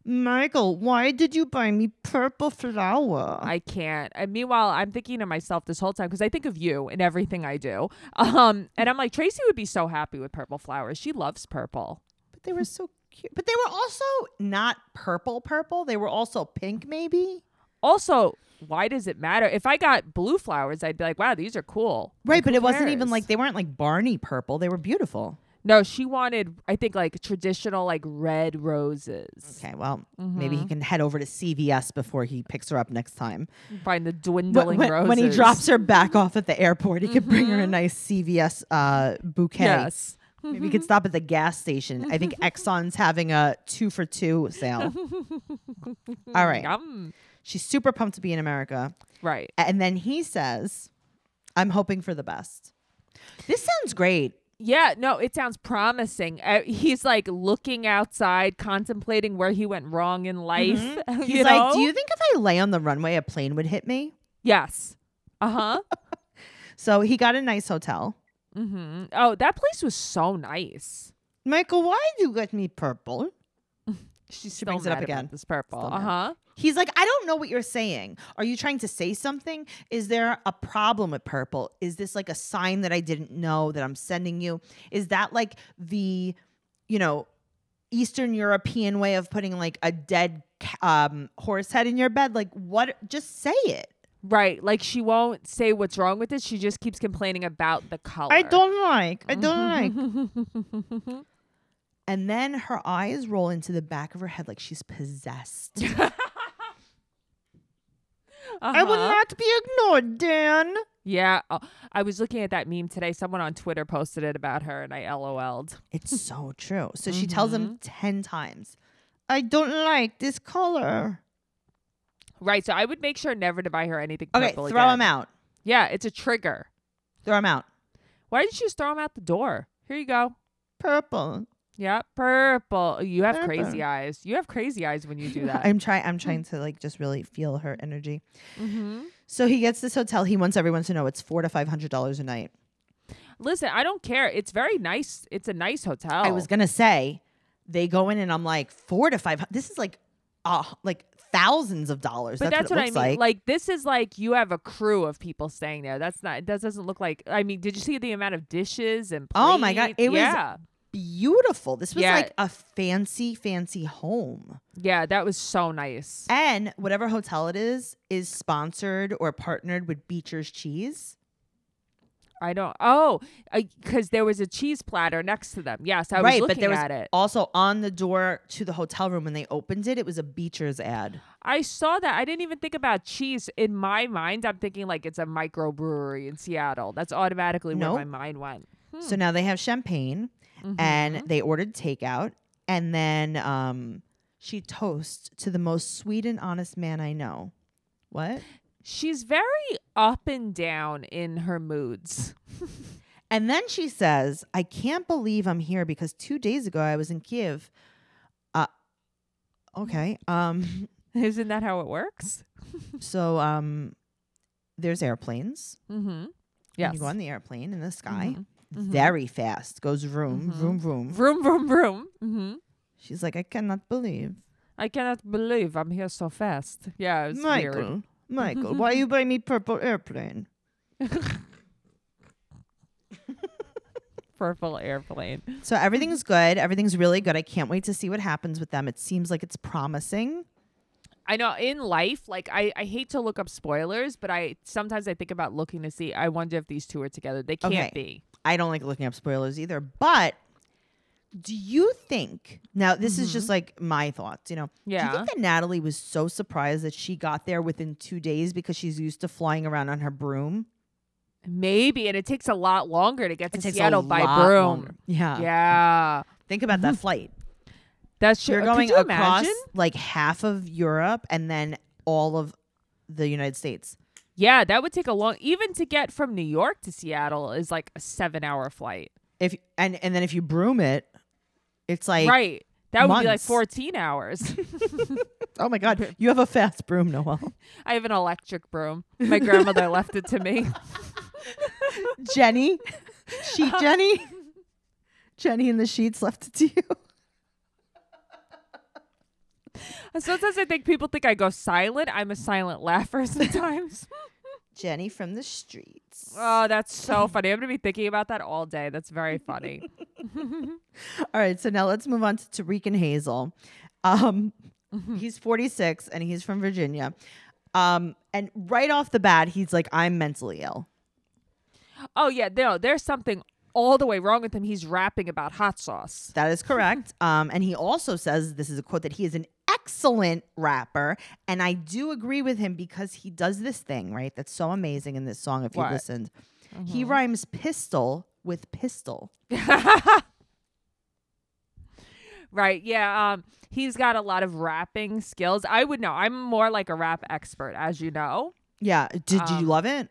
B: Michael, why did you buy me purple flower?
A: I can't. And meanwhile, I'm thinking to myself this whole time because I think of you in everything I do. Um, and I'm like, Tracy would be so happy with purple flowers. She loves purple.
B: but they were so cute. But they were also not purple purple. They were also pink maybe.
A: Also, why does it matter? If I got blue flowers, I'd be like, wow, these are cool.
B: Right,
A: Like,
B: but
A: who
B: it wasn't even
A: cares?
B: like they weren't like Barney purple. They were beautiful.
A: No, she wanted, I think, like traditional, like red roses.
B: Okay, well, maybe
A: Mm-hmm.
B: he can head over to CVS before he picks her up next time.
A: Find the
B: When,
A: dwindling
B: Mm. when-
A: roses. Mm-hmm.
B: when he drops her back off at the airport, he could bring her a nice CVS uh, bouquet.
A: Yes. Mm-hmm.
B: Maybe you could stop at the gas station. I think Exxon's having a two for two sale. All right.
A: Yum.
B: She's super pumped to be in America.
A: Right.
B: And then he says, I'm hoping for the best. This sounds great.
A: Yeah, no, it sounds promising. Uh, he's like looking outside, contemplating where he went wrong in life.
B: Mm-hmm. He's
A: you
B: like,
A: know?
B: Do you think if I lay on the runway, a plane would hit me?
A: Yes. Uh huh.
B: So he got a nice hotel.
A: hmm Oh, that place was so nice.
B: Michael, why do you get me purple?
A: She's
B: She
A: still
B: brings it up
A: mad about
B: again.
A: This purple.
B: Still
A: Uh
B: mad.
A: huh.
B: He's like, I don't know what you're saying. Are you trying to say something? Is there a problem with purple? Is this like a sign that I didn't know that I'm sending you? Is that like the, you know, Eastern European way of putting like a dead ca- um, horse head in your bed. Like, what? Just say it.
A: Right. Like she won't say what's wrong with it. She just keeps complaining about the color. Mm-hmm.
B: I don't like. I don't like. Mm-hmm, And then her eyes roll into the back of her head like she's possessed. I will
A: Uh-huh.
B: not be ignored, Dan.
A: Yeah. Oh, I was looking at that meme today. Someone on Twitter posted it about her and I LOL'd.
B: It's so true. So she tells
A: Mm-hmm.
B: him 10 times, I don't like this color.
A: Right. So I would make sure never to buy her anything
B: Okay,
A: purple
B: throw
A: again.
B: him out.
A: Yeah, it's a trigger.
B: Throw him out.
A: Why didn't you just throw him out the door? Here you go.
B: Purple.
A: Yeah, purple. You have
B: Purple.
A: crazy eyes. You have crazy eyes when you do that.
B: I'm trying I'm trying to like just really feel her energy.
A: hmm
B: So he gets this hotel. He wants everyone to know it's four to five hundred dollars a night.
A: Listen, I don't care. It's very nice. It's a nice hotel.
B: I was gonna say they go in and I'm like four to five. This is like, uh, like thousands of dollars.
A: but that's,
B: that's,
A: what,
B: it looks
A: I mean.
B: Like.
A: this is like you have a crew of people staying there. That's not. That doesn't look like. I mean, did you see the amount of dishes and? Plates?
B: Oh my God, it was-
A: yeah,
B: beautiful. This was
A: Yeah.
B: like a fancy, fancy home.
A: yeah. That was so nice.
B: And whatever hotel it is is sponsored or partnered with Beecher's Cheese.
A: I don't. Oh, because there was a cheese platter next to them. Yes, I
B: right,
A: was looking
B: but there was
A: at it.
B: also on the door to the hotel room when they opened it, it was a Beecher's ad.
A: I saw that. I didn't even think about cheese. In my mind, I'm thinking like it's a microbrewery in Seattle. That's automatically
B: Nope.
A: where my mind went. Mm-hmm.
B: So now they have champagne and they ordered takeout. And then um, she toasts to the most sweet and honest man I know. What?
A: She's very up and down in her moods.
B: And then she says, I can't believe I'm here because two days ago I was in Kiev. Uh, okay. Um,
A: Isn't that how it works?
B: so um, there's airplanes.
A: Mm-hmm.
B: Yeah,
A: Yes. Mm-hmm.
B: You go on the airplane in the sky very fast, goes vroom, vroom, vroom.
A: Vroom, vroom, vroom. Mm-hmm.
B: She's like, I cannot believe.
A: I cannot believe I'm here so fast. Yeah, it's
B: Michael,
A: weird.
B: Michael, why you buy me purple airplane?
A: Purple airplane.
B: So everything's good. Everything's really good. I can't wait to see what happens with them. It seems like it's promising.
A: I know in life, like I, I hate to look up spoilers, but I sometimes I think about looking to see. I wonder if these two are together. They can't
B: Okay.
A: be.
B: I don't like looking up spoilers either, but do you think now this is just like my thoughts, you know? Do you
A: Mm-hmm. Yeah.
B: think that Natalie was so surprised that she got there within two days because she's used to flying around on her broom?
A: Maybe, and it takes a lot longer to get to
B: It takes a
A: Seattle by
B: lot
A: broom.
B: longer. Yeah.
A: Yeah,
B: Think about that flight.
A: that's true. Uh,
B: You're
A: Could
B: going
A: you
B: across
A: imagine?
B: like half of Europe and then all of the United States.
A: Yeah, that would take a long. Even to get from New York to Seattle is like a seven-hour flight.
B: If and and then if you broom it, it's like
A: right. That would be like
B: months.
A: 14 hours.
B: oh my god, you have a fast broom, Noel.
A: I have an electric broom. My grandmother left it to me.
B: Jenny, sheet Jenny, Uh-huh. Jenny in the sheets left it to you.
A: Sometimes I think people think I go silent. I'm a silent laugher sometimes.
B: Jenny from the streets.
A: oh, that's so funny. I'm going to be thinking about that all day. That's very funny.
B: All right, so now let's move on to Tariq and Hazel. Um, He's 46 and he's from Virginia. Um, and right off the bat, he's like, I'm mentally ill.
A: Oh, yeah. No, there's something all the way wrong with him. He's rapping about hot sauce.
B: That is correct. um, and he also says, this is a quote, that he is an excellent rapper. And I do agree with him because he does this thing, right? That's so amazing in this song if you
A: What?
B: listened. He rhymes pistol with pistol.
A: Right. Yeah. Um, he's got a lot of rapping skills. I would know. I'm more like a rap expert, as you know.
B: Yeah. Did, did you
A: Um,
B: love it?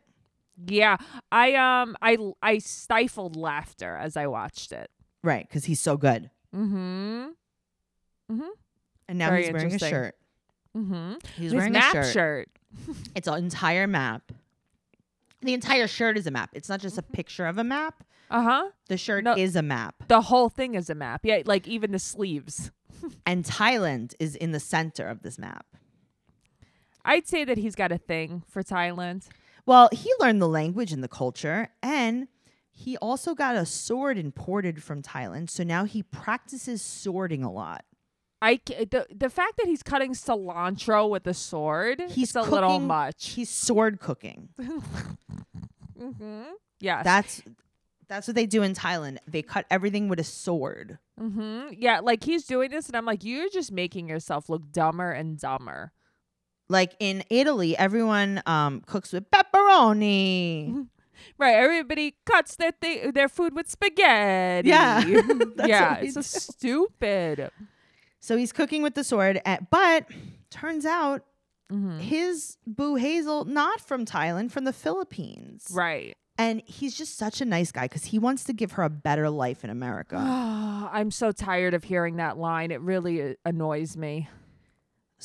A: Yeah. I um I I stifled laughter as I watched it.
B: Right, because he's so good.
A: Mm-hmm.
B: And now
A: Very
B: he's wearing a
A: interesting.
B: shirt.
A: Mm-hmm.
B: He's
A: His
B: wearing
A: map
B: a shirt. It's an entire map. The entire shirt is a map. It's not just a picture of a map.
A: Uh-huh.
B: The shirt
A: No.
B: is a map.
A: The whole thing is a map. Yeah, like even the sleeves.
B: And Thailand is in the center of this map.
A: I'd say that he's got a thing for Thailand.
B: Well, he learned the language and the culture, and he also got a sword imported from Thailand. So now he practices swording a lot.
A: I c- the the fact that he's cutting cilantro with a sword
B: He's
A: is a little
B: cooking-
A: much.
B: He's sword cooking.
A: hmm Yes.
B: That's that's what they do in Thailand. They cut everything with a sword.
A: hmm Yeah, like he's doing this, and I'm like, you're just making yourself look dumber and dumber.
B: Like in Italy, everyone um, cooks with pepperoni.
A: Right? Everybody cuts their thi- their food with spaghetti.
B: Yeah. That's
A: yeah.
B: what we
A: It's so
B: do.
A: stupid.
B: So he's cooking with the sword, at, but turns out
A: hmm
B: his boo Hazel not from Thailand, from the Philippines.
A: Right.
B: And he's just such a nice guy because he wants to give her a better life in America.
A: Ah, I'm so tired of hearing that line. It really uh, annoys me.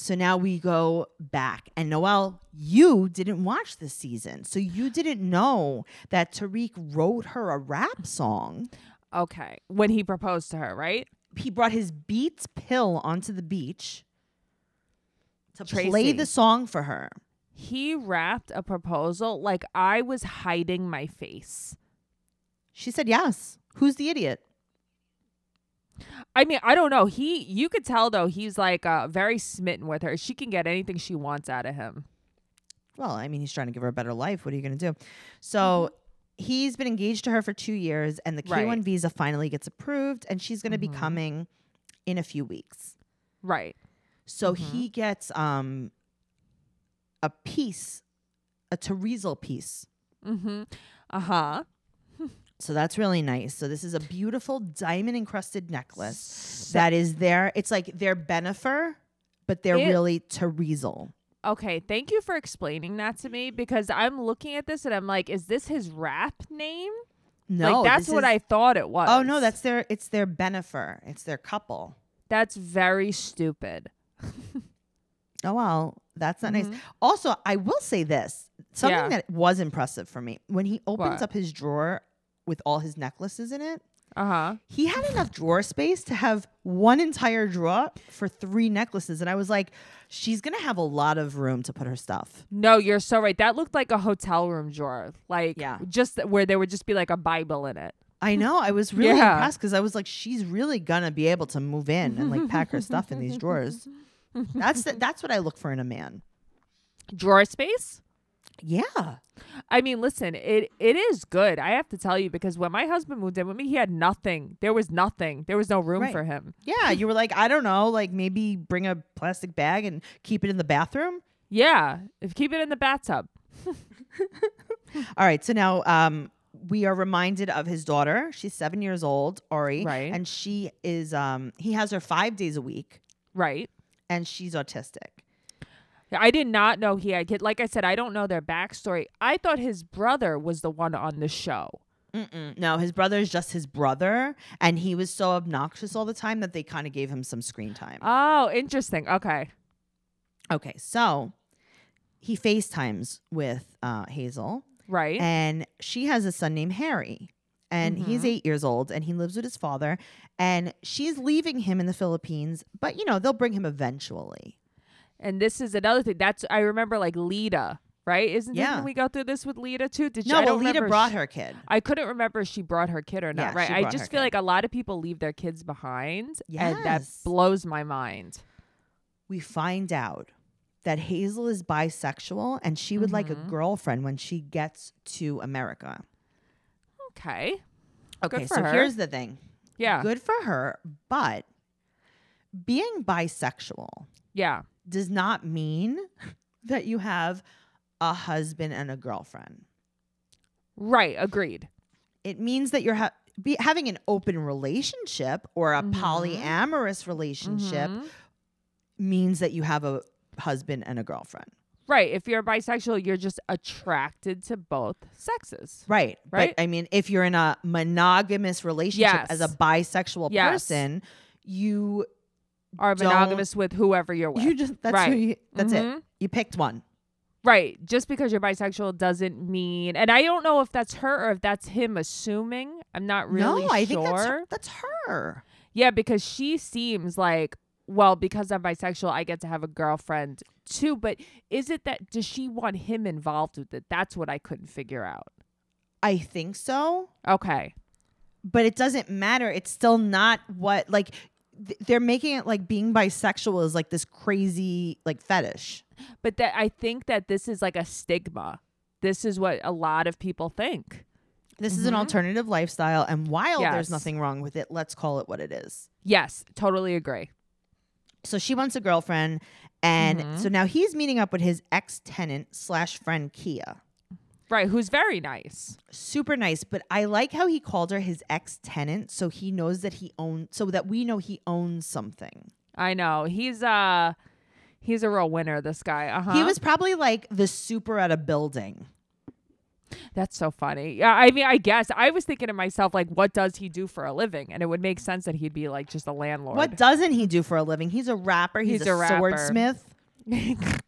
B: so now we go back. And Noel, you didn't watch this season. So you didn't know that Tariq wrote her a rap song.
A: Okay. When he proposed to her, right?
B: He brought his Beats pill onto the beach to play
A: Tracy.
B: the song for her.
A: He wrapped a proposal like I was hiding my face.
B: She said yes. Who's the idiot?
A: I mean, I don't know. He, you could tell though, he's like uh, very smitten with her. She can get anything she wants out of him.
B: well, I mean, he's trying to give her a better life. What are you going to do? So he's been engaged to her for two years, and the K1
A: Mm-hmm. Right.
B: visa finally gets approved, and she's going to
A: Mhm.
B: be coming in a few weeks.
A: Right.
B: So
A: Mhm.
B: he gets um, a piece, a Teresa piece.
A: Mm-hmm. Uh huh.
B: So that's really nice. So this is a beautiful diamond encrusted necklace that is there. It's like they're Benefer, but they're
A: It-
B: really Teresa.
A: Okay, thank you for explaining that to me because I'm looking at this and I'm like, is this his rap name?
B: No,
A: like that's
B: this
A: what
B: is-
A: I thought it was.
B: Oh no, that's their. It's their Benefer. It's their couple.
A: that's very stupid.
B: Oh well, that's not nice. Also, I will say this: something
A: Mm-hmm. Yeah.
B: that was impressive for me when he
A: What?
B: opens up his drawer with all his necklaces in it.
A: Uh huh.
B: He had enough drawer space to have one entire drawer for three necklaces, and I was like, "She's gonna have a lot of room to put her stuff."
A: No, you're so right. That looked like a hotel room drawer, like
B: Yeah.
A: just where there would just be like a Bible in it.
B: I know. I was really
A: Yeah.
B: impressed because I was like, "She's really gonna be able to move in and like pack her stuff in these drawers." That's the, that's what I look for in a man.
A: Drawer space.
B: Yeah.
A: I mean, listen, it it is good. I have to tell you because when my husband moved in with me, he had nothing. There was nothing. There was no room
B: Right.
A: for him.
B: Yeah, you were like, I don't know, like maybe bring a plastic bag and keep it in the bathroom.
A: Yeah, if keep it in the bathtub.
B: All right, so now um, we are reminded of his daughter. She's seven years old, Ori,
A: Right.
B: and she is. Um, he has her five days a week,
A: Right.
B: and she's autistic.
A: Yeah, I did not know he had kids. Like I said, I don't know their backstory. I thought his brother was the one on the show.
B: Mm-mm. Mm, No, his brother is just his brother, and he was so obnoxious all the time that they kind of gave him some screen time.
A: Oh, interesting. Okay.
B: Uh, okay, so he FaceTimes with uh, Hazel,
A: Right.
B: and she has a son named Harry. And he's eight years old and he lives with his father. And she's leaving him in the Philippines, but you know, they'll bring him eventually.
A: and this is another thing. That's I remember like Lita, right? Isn't
B: Yeah.
A: didn't we go through this with Lita too? Did she
B: No,
A: I
B: well,
A: don't
B: Lita
A: remember if
B: brought
A: she-
B: her kid.
A: I couldn't remember if she brought her kid or not,
B: Yeah,
A: right?
B: she
A: I
B: brought
A: just
B: her
A: feel
B: kid.
A: like a lot of people leave their kids behind. And that
B: Yes.
A: blows my mind.
B: We find out that Hazel is bisexual and she would like a girlfriend when she gets to America.
A: Okay.
B: Okay,
A: for
B: so
A: her.
B: here's the thing
A: Yeah.
B: good for her, but being bisexual
A: Yeah.
B: does not mean that you have a husband and a girlfriend.
A: Right. Agreed.
B: it means that you're ha- be- having an open relationship or a
A: Mhm.
B: polyamorous relationship
A: Mhm.
B: means that you have a husband and a girlfriend.
A: Right. If you're bisexual, you're just attracted to both sexes.
B: Right.
A: Right.
B: But I mean, if you're in a monogamous relationship as a
A: Yes.
B: bisexual
A: Yes.
B: person, you
A: are
B: don't-
A: monogamous with whoever you're with.
B: you just that's
A: Right.
B: who you, that's
A: Mhm.
B: it. You picked one.
A: right. Just because you're bisexual doesn't mean and I don't know if that's her or if that's him assuming. I'm not really
B: no, I
A: sure.
B: think that's her, that's her.
A: Yeah, because she seems like well, because I'm bisexual, I get to have a girlfriend too. But is it that does she want him involved with it? That's what I couldn't figure out.
B: I think so.
A: Okay.
B: but it doesn't matter. It's still not what like th- they're making it like being bisexual is like this crazy like fetish.
A: But that I think that this is like a stigma. This is what a lot of people think.
B: This is an alternative lifestyle, and while there's
A: Mm-hmm. Yes.
B: nothing wrong with it, let's call it what it is.
A: Yes, totally agree.
B: So she wants a girlfriend, and
A: Mhm.
B: so now he's meeting up with his ex tenant slash friend Kia.
A: Right, who's very nice.
B: Super nice, but I like how he called her his ex tenant, so he knows that he owns, so that we know he owns something.
A: I know. He's uh he's a real winner, this guy. Uh-huh.
B: He was probably like the super at a building.
A: That's so funny. Yeah, I mean, I guess I was thinking to myself like what does he do for a living? And it would make sense that he'd be like just a landlord.
B: What doesn't he do for a living? He's a rapper. He's,
A: Oh, He's
B: a,
A: a rapper.
B: swordsmith.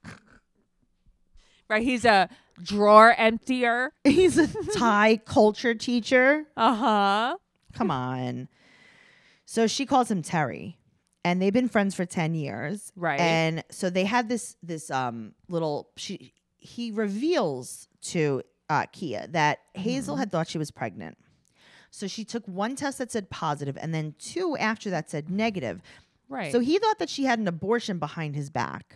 A: right, he's a drawer emptier.
B: He's a Thai culture teacher.
A: Uh-huh.
B: Come on. So she calls him Terry, and they've been friends for ten years.
A: Right.
B: And so they had this this um little she he reveals to uh, Kia that
A: Mm-hmm.
B: Hazel had thought she was pregnant. So she took one test that said positive, and then two after that said negative.
A: Right.
B: So he thought that she had an abortion behind his back.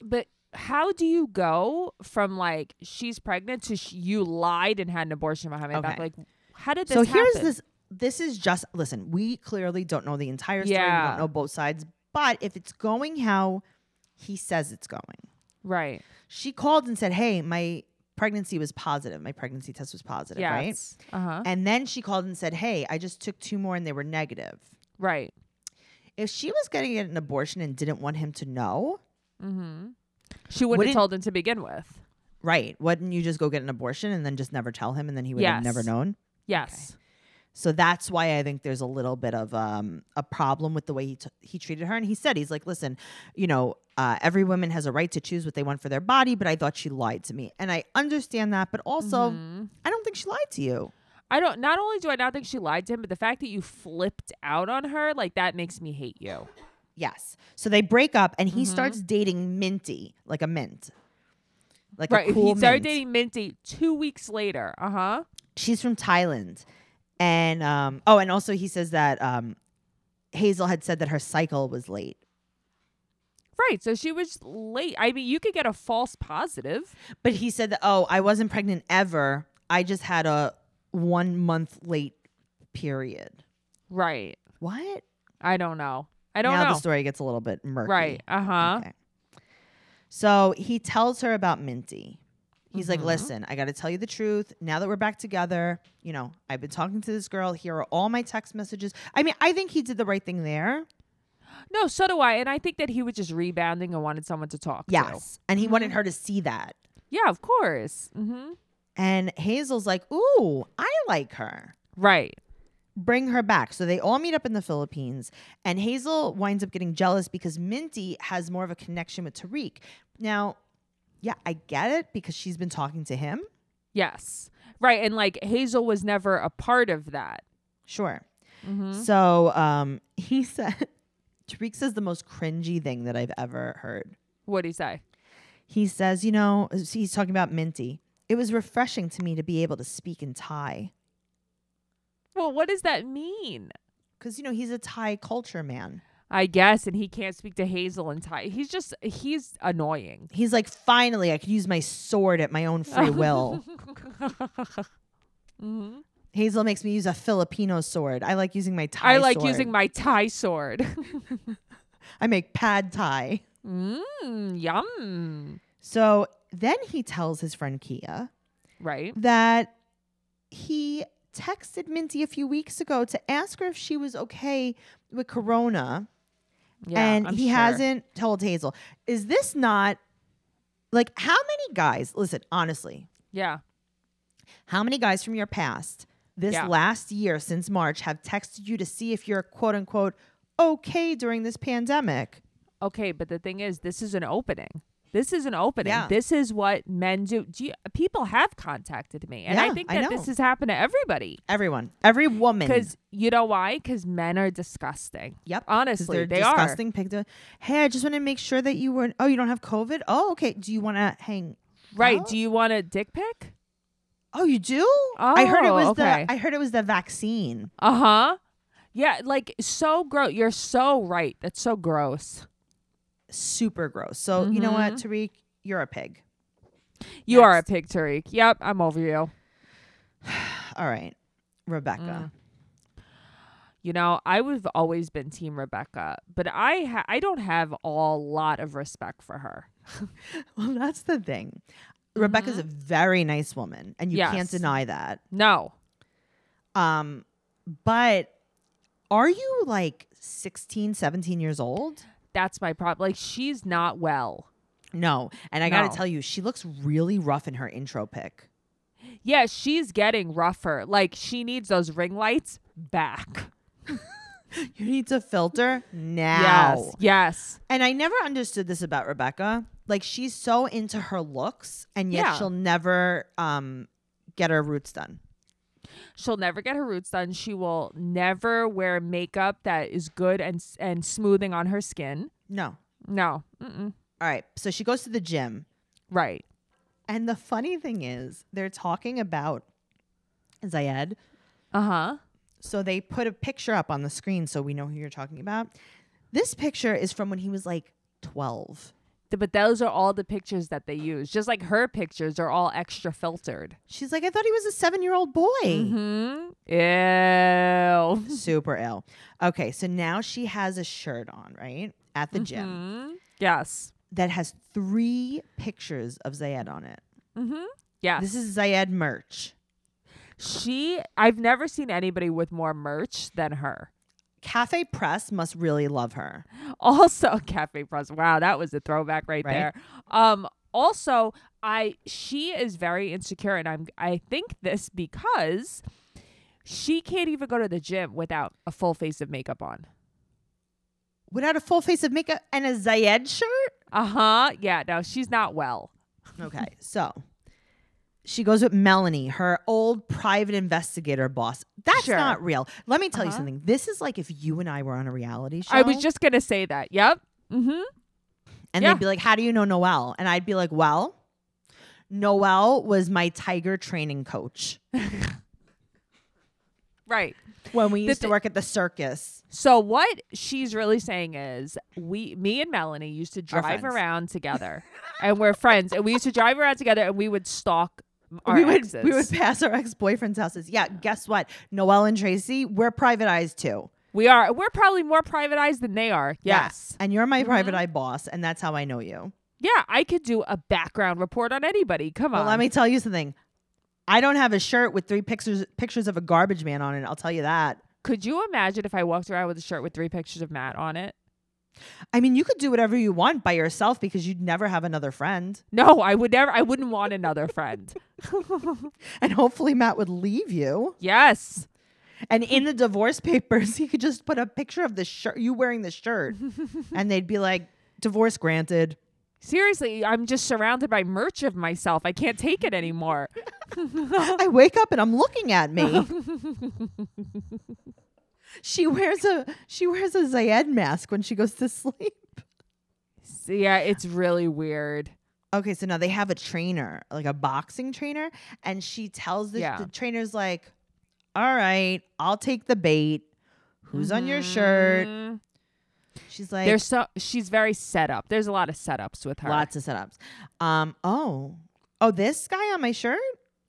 A: but how do you go from like she's pregnant to sh- you lied and had an abortion behind my back?
B: Okay.
A: Like, how did this?
B: so here's
A: happen?
B: this this is just listen we clearly don't know the entire story we
A: Yeah.
B: don't know both sides but if it's going how he says it's going
A: right.
B: she called and said hey my pregnancy was positive my pregnancy test was positive right
A: Yes. Uh huh.
B: and then she called and said hey i just took two more and they were negative
A: Right.
B: if she was going to get an abortion and didn't want him to know
A: Mm-hmm. She wouldn't
B: Wouldn't-
A: have told him to begin with.
B: right wouldn't you just go get an abortion and then just never tell him and then he would have never
A: Yes.
B: known
A: Yes.
B: So that's why I think there's a little bit of um, a problem with the way he t- he treated her. And he said he's like, listen, you know, uh, every woman has a right to choose what they want for their body, but I thought she lied to me, and I understand that. But also,
A: Mhm.
B: I don't think she lied to you.
A: I don't. Not only do I not think she lied to him, but the fact that you flipped out on her, like that, makes me hate you.
B: Yes. So they break up, and
A: Mm-hmm.
B: he starts dating Minty, like a mint, like
A: right.
B: a cool
A: he started
B: mint.
A: dating Minty two weeks later. Uh huh.
B: She's from Thailand, and um, oh, and also he says that um, Hazel had said that her cycle was late.
A: Right. So she was late. I mean, you could get a false positive.
B: But he said that, oh, I wasn't pregnant ever. I just had a one month late period.
A: Right.
B: What?
A: I don't know. I don't
B: now
A: know.
B: the story gets a little bit murky.
A: Right. Uh huh.
B: Okay. So he tells her about Minty. He's like,
A: Mhm.
B: listen, I got to tell you the truth. Now that we're back together, you know, I've been talking to this girl. Here are all my text messages. I mean, I think he did the right thing there.
A: No, so do I. And I think that he was just rebounding and wanted someone to talk to.
B: Yes. And he
A: Mm-hmm.
B: wanted her to see that.
A: Yeah, of course. hmm
B: And Hazel's like, ooh, I like her.
A: Right.
B: bring her back. So they all meet up in the Philippines, and Hazel winds up getting jealous because Minty has more of a connection with Tariq. Now, yeah, I get it because she's been talking to him.
A: Yes. Right. And like Hazel was never a part of that.
B: Sure.
A: hmm
B: So um, he said, Tariq says the most cringy thing that I've ever heard.
A: What'd he say?
B: He says, you know, he's talking about Minty. It was refreshing to me to be able to speak in Thai
A: Well, what does that mean?
B: because, you know, he's a Thai culture man.
A: I guess. And he can't speak to Hazel and Ty. He's just, he's annoying.
B: He's like, finally, I could use my sword at my own free will.
A: Mm-hmm. hmm
B: Hazel makes me use a Filipino sword. I like using my Thai.
A: I like
B: sword.
A: using my Thai sword.
B: I make pad Thai.
A: mm, yum.
B: So then he tells his friend Kia
A: Right.
B: that he texted Minty a few weeks ago to ask her if she was okay with Corona,
A: Yeah.
B: and
A: I'm
B: he
A: sure.
B: hasn't told Hazel. Is this not like how many guys? Listen, honestly,
A: Yeah.
B: how many guys from your past this
A: Yeah.
B: last year since March have texted you to see if you're quote unquote okay during this pandemic?
A: Okay, but the thing is, this is an opening. This is an opening.
B: Yeah.
A: This is what men do. do you, people have contacted me, and
B: Yeah,
A: I think
B: I
A: that this
B: know.
A: has happened to everybody.
B: Everyone, every woman.
A: Because you know why? Because men are disgusting.
B: Yep. 'cause
A: Honestly,
B: they're
A: they
B: disgusting. Pick the, hey, I just want to make sure that you weren't. Oh, you don't have COVID. Oh, okay. Do you want to hang?
A: are. Right?
B: out?
A: Do you want a dick pic?
B: oh, you do. I heard it
A: Oh,
B: was
A: okay.
B: the. I heard it was the vaccine.
A: Uh huh. Yeah, like so gross. You're so right. That's so gross.
B: Super gross. So you know
A: Mm-hmm.
B: what, Tariq, you're a pig.
A: You are a pig, Tariq. Yep, I'm over you.
B: All right, Rebecca.
A: Mm. You know, I would have always been Team Rebecca, but I ha- I don't have a lot of respect for her.
B: Well, that's the thing. Rebecca's a very nice woman, and you can't
A: Mm-hmm. Yes.
B: deny that.
A: No,
B: Um, but are you like 16, 17 years old?
A: that's my problem. Like she's not well.
B: No. And I got
A: No.
B: to tell you, she looks really rough in her intro pic.
A: Yeah, she's getting rougher. Like she needs those ring lights back.
B: You need to filter now.
A: Yes. Yes.
B: And I never understood this about Rebecca. Like she's so into her looks and yet
A: Yeah.
B: she'll never um get her roots done.
A: She'll never get her roots done. She will never wear makeup that is good and s- and smoothing on her skin.
B: No.
A: No. Mm-mm.
B: All right. So she goes to the gym.
A: Right.
B: And the funny thing is, they're talking about Zayed.
A: Uh-huh.
B: So they put a picture up on the screen so we know who you're talking about. This picture is from when he was like 12.
A: Th- But those are all the pictures that they use. Just like her pictures are all extra filtered.
B: She's like, I thought he was a seven year old boy.
A: Hmm. Mm-hmm. Ew.
B: Super ill. Okay. So now she has a shirt on, right? At the gym
A: Mm. Yes.
B: that has three pictures of Zayed on it.
A: Mm-hmm. Yes.
B: This is Zayed merch.
A: she. I've never seen anybody with more merch than her.
B: Cafe Press must really love her.
A: also cafe press wow that was a throwback right,
B: Right?
A: there um also i she is very insecure and i'm i think this because she can't even go to the gym without a full face of makeup on
B: Without a full face of makeup and a Zayed shirt?
A: uh-huh yeah no she's not well
B: Okay, so she goes with Melanie, her old private investigator boss. That's
A: Sure.
B: not real. Let me tell you
A: Uh-huh.
B: something. This is like if you and I were on a reality show.
A: i was just gonna say that yep mm-hmm
B: and
A: yeah.
B: they'd be like, "How do you know Noel?" And I'd be like, "Well, Noel was my tiger training coach
A: right
B: when we
A: The
B: used to
A: thi-
B: work at the circus."
A: so what she's really saying is we me and melanie used to
B: Our
A: drive
B: friends.
A: around together and we're friends and we used to drive around together and we would stalk our
B: we would
A: exes.
B: we would pass our ex boyfriend's houses. Yeah, guess what? Noel and Tracy, we're private eyes too.
A: We are. We're probably more private eyes than they are.
B: Yeah.
A: Yes.
B: and you're my private eye boss, and that's how I know you.
A: Yeah, I could do a background report on anybody. Come on.
B: Well, let me tell you something. I don't have a shirt with three pictures pictures of a garbage man on it. I'll tell you that.
A: could you imagine if I walked around with a shirt with three pictures of Matt on it?
B: I mean, you could do whatever you want by yourself because you'd never have another friend.
A: No, I would never. I wouldn't want another friend.
B: And hopefully Matt would leave you.
A: Yes.
B: And in the divorce papers, he could just put a picture of the shirt, you wearing the shirt, and they'd be like, "Divorce granted."
A: Seriously, I'm just surrounded by merch of myself. I can't take it anymore.
B: I wake up and I'm looking at me. she wears a she wears a Zayed mask when she goes to sleep.
A: So, yeah, it's really weird.
B: Okay, so now they have a trainer, like a boxing trainer, and she tells the,
A: Yeah.
B: the trainer's like, "All right, I'll take the bait. Who's on your shirt?"
A: Mm,
B: She's like,
A: There's so she's very set up. There's a lot of setups with her.
B: lots of setups. Um, oh, oh, this guy on my shirt,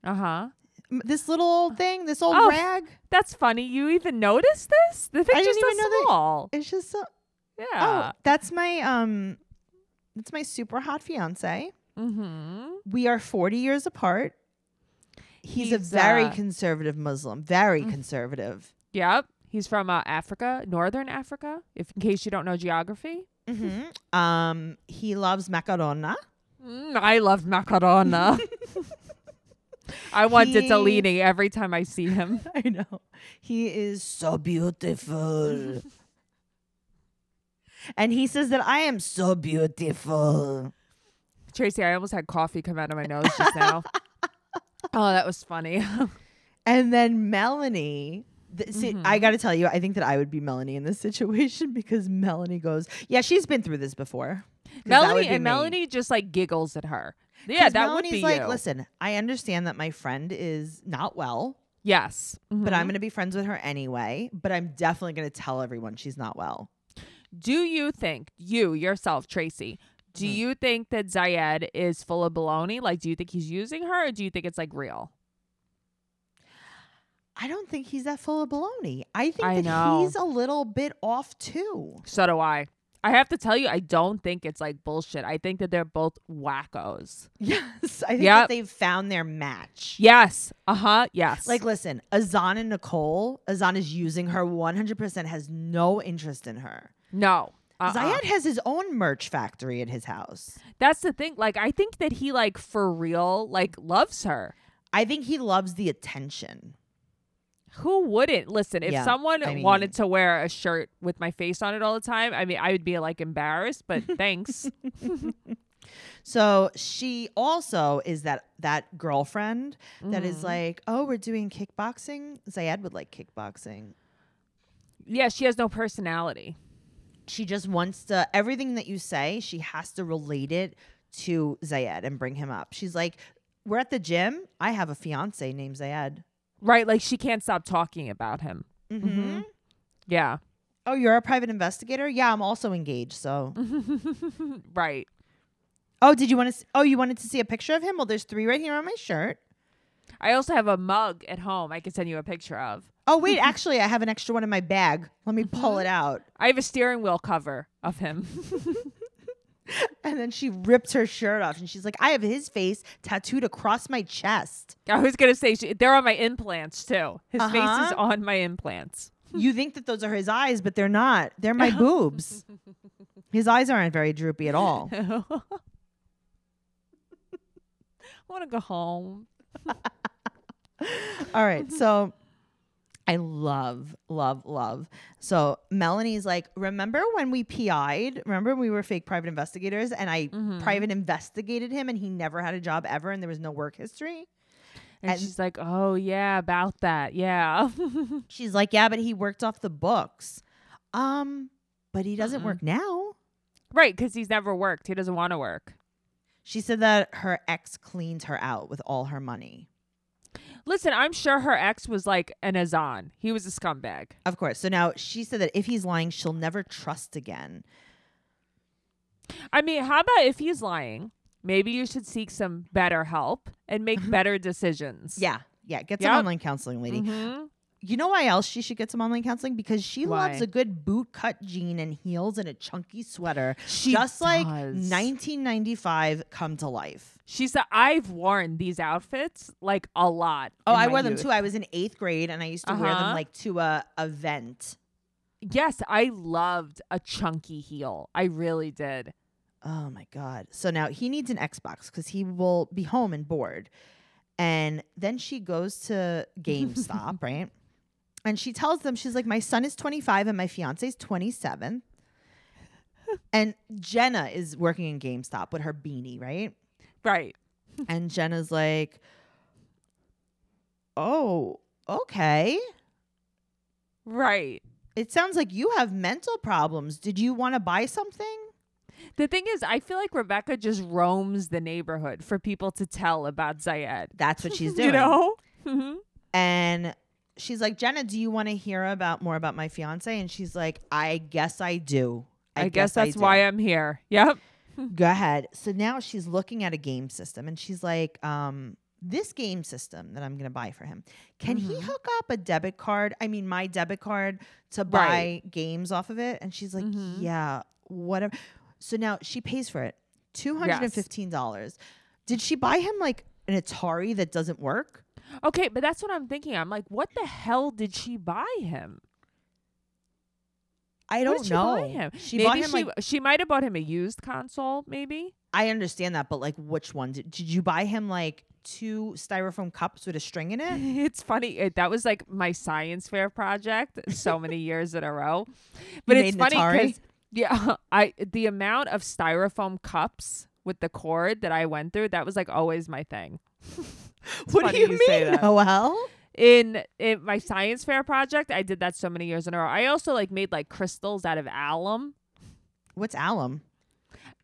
A: Uh huh.
B: M- this little old thing, this old
A: Oh.
B: rag.
A: That's funny. You even noticed this? The picture's
B: didn't
A: so
B: even know that-
A: small.
B: It's just so.
A: yeah.
B: Oh, that's my um, that's my super hot fiance.
A: Mm-hmm.
B: We are forty years apart. He's, a
A: He's,
B: very
A: uh,
B: conservative Muslim, very conservative.
A: Yep. He's from uh, Africa, Northern Africa, if in case you don't know geography.
B: Mm-hmm. Um, he loves macarona.
A: Mm, I love macarona. I want
B: He-
A: Ditalini every time I see him.
B: I know. He is so beautiful. and he says that I am so beautiful.
A: Tracy, I almost had coffee come out of my nose just now. oh, that was funny.
B: And then Melanie. th- see,
A: Mm-hmm.
B: I got to tell you, I think that I would be Melanie in this situation because Melanie goes, Yeah, she's been through this before. 'Cause that would
A: Melanie
B: be
A: and
B: me.
A: Melanie just like giggles at her. Yeah,
B: 'Cause
A: that
B: Melanie's
A: would be
B: like,
A: you.
B: Listen, I understand that my friend is not well.
A: Yes.
B: but
A: Mhm.
B: I'm going to be friends with her anyway. But I'm definitely going to tell everyone she's not well.
A: Do you think you yourself, Tracy? Do
B: Mhm.
A: you think that Zayed is full of baloney? Like, do you think he's using her, or do you think it's like real?
B: I don't think he's that full of baloney. I think
A: I
B: that
A: know.
B: he's a little bit off too.
A: So do I. I have to tell you, I don't think it's like bullshit. I think that they're both wackos.
B: Yes, I think
A: Yep.
B: that they've found their match.
A: Yes. Uh huh. Yes.
B: Like, listen, Azan and Nicole, Azan is using her 100%, has no interest in her.
A: no. Uh-uh.
B: Zayed has his own merch factory at his house.
A: That's the thing. Like, I think that he like for real like loves her.
B: I think he loves the attention.
A: Who wouldn't listen? If
B: Yeah,
A: someone
B: I mean-
A: wanted to wear a shirt with my face on it all the time, I mean, I would be like embarrassed. But thanks.
B: So she also is that that girlfriend that
A: Mm-hmm.
B: is like, oh, we're doing kickboxing. Zayed would like kickboxing.
A: yeah, she has no personality.
B: She just wants to everything that you say. She has to relate it to Zayed and bring him up. She's like, we're at the gym. I have a fiance named Zayed.
A: Right? Like she can't stop talking about him.
B: Mm-hmm.
A: Yeah.
B: Oh, you're a private investigator? Yeah, I'm also engaged. So,
A: Right.
B: oh, did you want to? Oh, you wanted to see a picture of him? Well, there's three right here on my shirt.
A: I also have a mug at home I can send you a picture of.
B: Oh, wait, actually, I have an extra one in my bag. Let me pull it out.
A: I have a steering wheel cover of him.
B: And then she ripped her shirt off and she's like, I have his face tattooed across my chest.
A: I was going to say, she, they're on my implants too. His face is
B: Uh-huh.
A: on my implants.
B: You think that those are his eyes, but they're not. They're my boobs. His eyes aren't very droopy at all.
A: I want to go home.
B: All right. So I love, love, love. So Melanie's like, remember when we PI'd? Remember when we were fake private investigators and I private investigated him and he never had a job ever and there was no work history?
A: And,
B: And-
A: she's like, oh, yeah, about that. Yeah.
B: She's like, yeah, but he worked off the books. Um, but he doesn't work now.
A: right. Because he's never worked. He doesn't want to work.
B: She said that her ex cleaned her out with all her money.
A: Listen, I'm sure her ex was like an Azan. He was a scumbag.
B: Of course. So now she said that if he's lying, she'll never trust again.
A: I mean, how about if he's lying? Maybe you should seek some better help and make better decisions.
B: Mm-hmm. Yeah. Yeah. Get some
A: Yep.
B: online counseling, lady.
A: Mhm.
B: You know why else she should get some online counseling? Because she loves
A: Why?
B: a good boot cut jean and heels and a chunky sweater.
A: She
B: just like
A: does.
B: 1995 come to life.
A: She said, I've worn these outfits like a lot.
B: Oh,
A: in
B: I
A: my
B: wore them
A: youth."
B: too. I was in eighth grade and I used to wear them
A: Uh-huh.
B: like to a event.
A: Yes, I loved a chunky heel. I really did.
B: Oh my God. So now he needs an Xbox because he will be home and bored. And then she goes to GameStop, right? And she tells them, she's like, my son is 25 and my fiance is 27. And Jenna is working in GameStop with her beanie, right?
A: Right.
B: And Jenna's like, oh, okay.
A: Right.
B: It sounds like you have mental problems. Did you want to buy something?
A: The thing is, I feel like Rebecca just roams the neighborhood for people to tell about Zayed.
B: That's what she's doing.
A: You know? Mhm.
B: and she's like jenna do you want to hear about more about my fiance and she's like i guess i do
A: I, guess, that's why I'm here. Yep.
B: go ahead so now she's looking at a game system and she's like um this game system that i'm going to buy for him can he
A: Mm-hmm.
B: hook up a debit card i mean my debit card to buy
A: Right.
B: games off of it and she's like
A: Mhm.
B: yeah whatever so now she pays for it $215 did she buy him like an atari that doesn't work
A: Okay, but that's what I'm thinking. I'm like, what the hell did she buy him?
B: i
A: What
B: don't
A: did she
B: know
A: buy him?
B: she
A: maybe
B: bought him
A: she
B: like
A: she might have bought him a used console, maybe.
B: I understand that, but like, which one did, did you buy him? Like two styrofoam cups with a string in it.
A: It's funny. It, that was like my science fair project so many years in a row. But
B: made
A: it's
B: an
A: funny
B: Atari?
A: because yeah, I the amount of styrofoam cups with the cord that I went through, that was like always my thing. It's funny say that.
B: Noel?
A: In, in my science fair project, I did that so many years in a row. I also like made like crystals out of alum.
B: What's alum?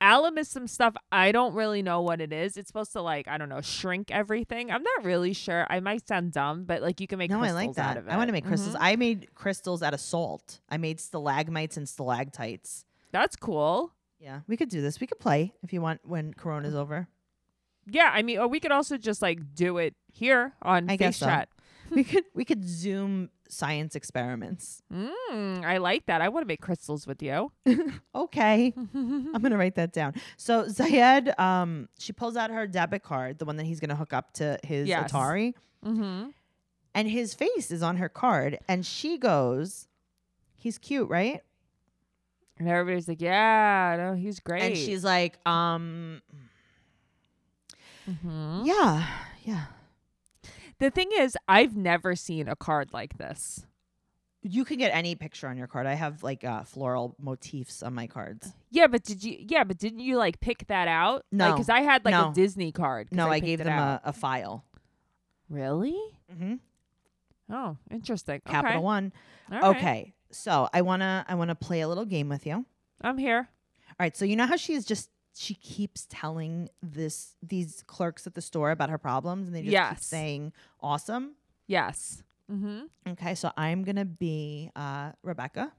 A: alum is some stuff I don't really know what it is. It's supposed to like I don't know shrink everything. I'm not really sure. I might sound dumb, but like you can make
B: No, I
A: crystals
B: like
A: out
B: that.
A: of it.
B: I want to make crystals.
A: Mhm.
B: I made crystals out of salt. I made stalagmites and stalactites.
A: That's cool.
B: Yeah, we could do this. We could play if you want when Corona's over.
A: Yeah, I mean, or we could also just like do it here on
B: I
A: Face
B: guess so.
A: Chat.
B: we could we could Zoom science experiments.
A: Mm, I like that. I want to make crystals with you. Mm-hmm.
B: Okay, I'm gonna write that down. So Zayed, um, she pulls out her debit card, the one that he's gonna hook up to his
A: Yes.
B: Atari,
A: hmm
B: and his face is on her card, and she goes, "He's cute, right?"
A: And everybody's like, yeah, no, he's great.
B: And she's like, "Um,
A: Mhm.
B: yeah, yeah."
A: the thing is, I've never seen a card like this.
B: You can get any picture on your card. I have like uh, floral motifs on my cards.
A: Yeah, but did you? Yeah, but didn't you like pick that out?
B: No.
A: because I had like
B: No.
A: a Disney card. 'cause
B: No, I,
A: picked
B: gave
A: it
B: them
A: out.
B: a, a file.
A: Really?
B: Mm-hmm.
A: Oh, interesting.
B: Capital
A: okay.
B: One.
A: All right.
B: Okay, so I wanna I wanna play a little game with you.
A: I'm here.
B: All right. So you know how she's just she keeps telling this these clerks at the store about her problems, and they just keep
A: Yes.
B: saying awesome.
A: Yes. Mm-hmm.
B: Okay, so I'm gonna be uh, Rebecca.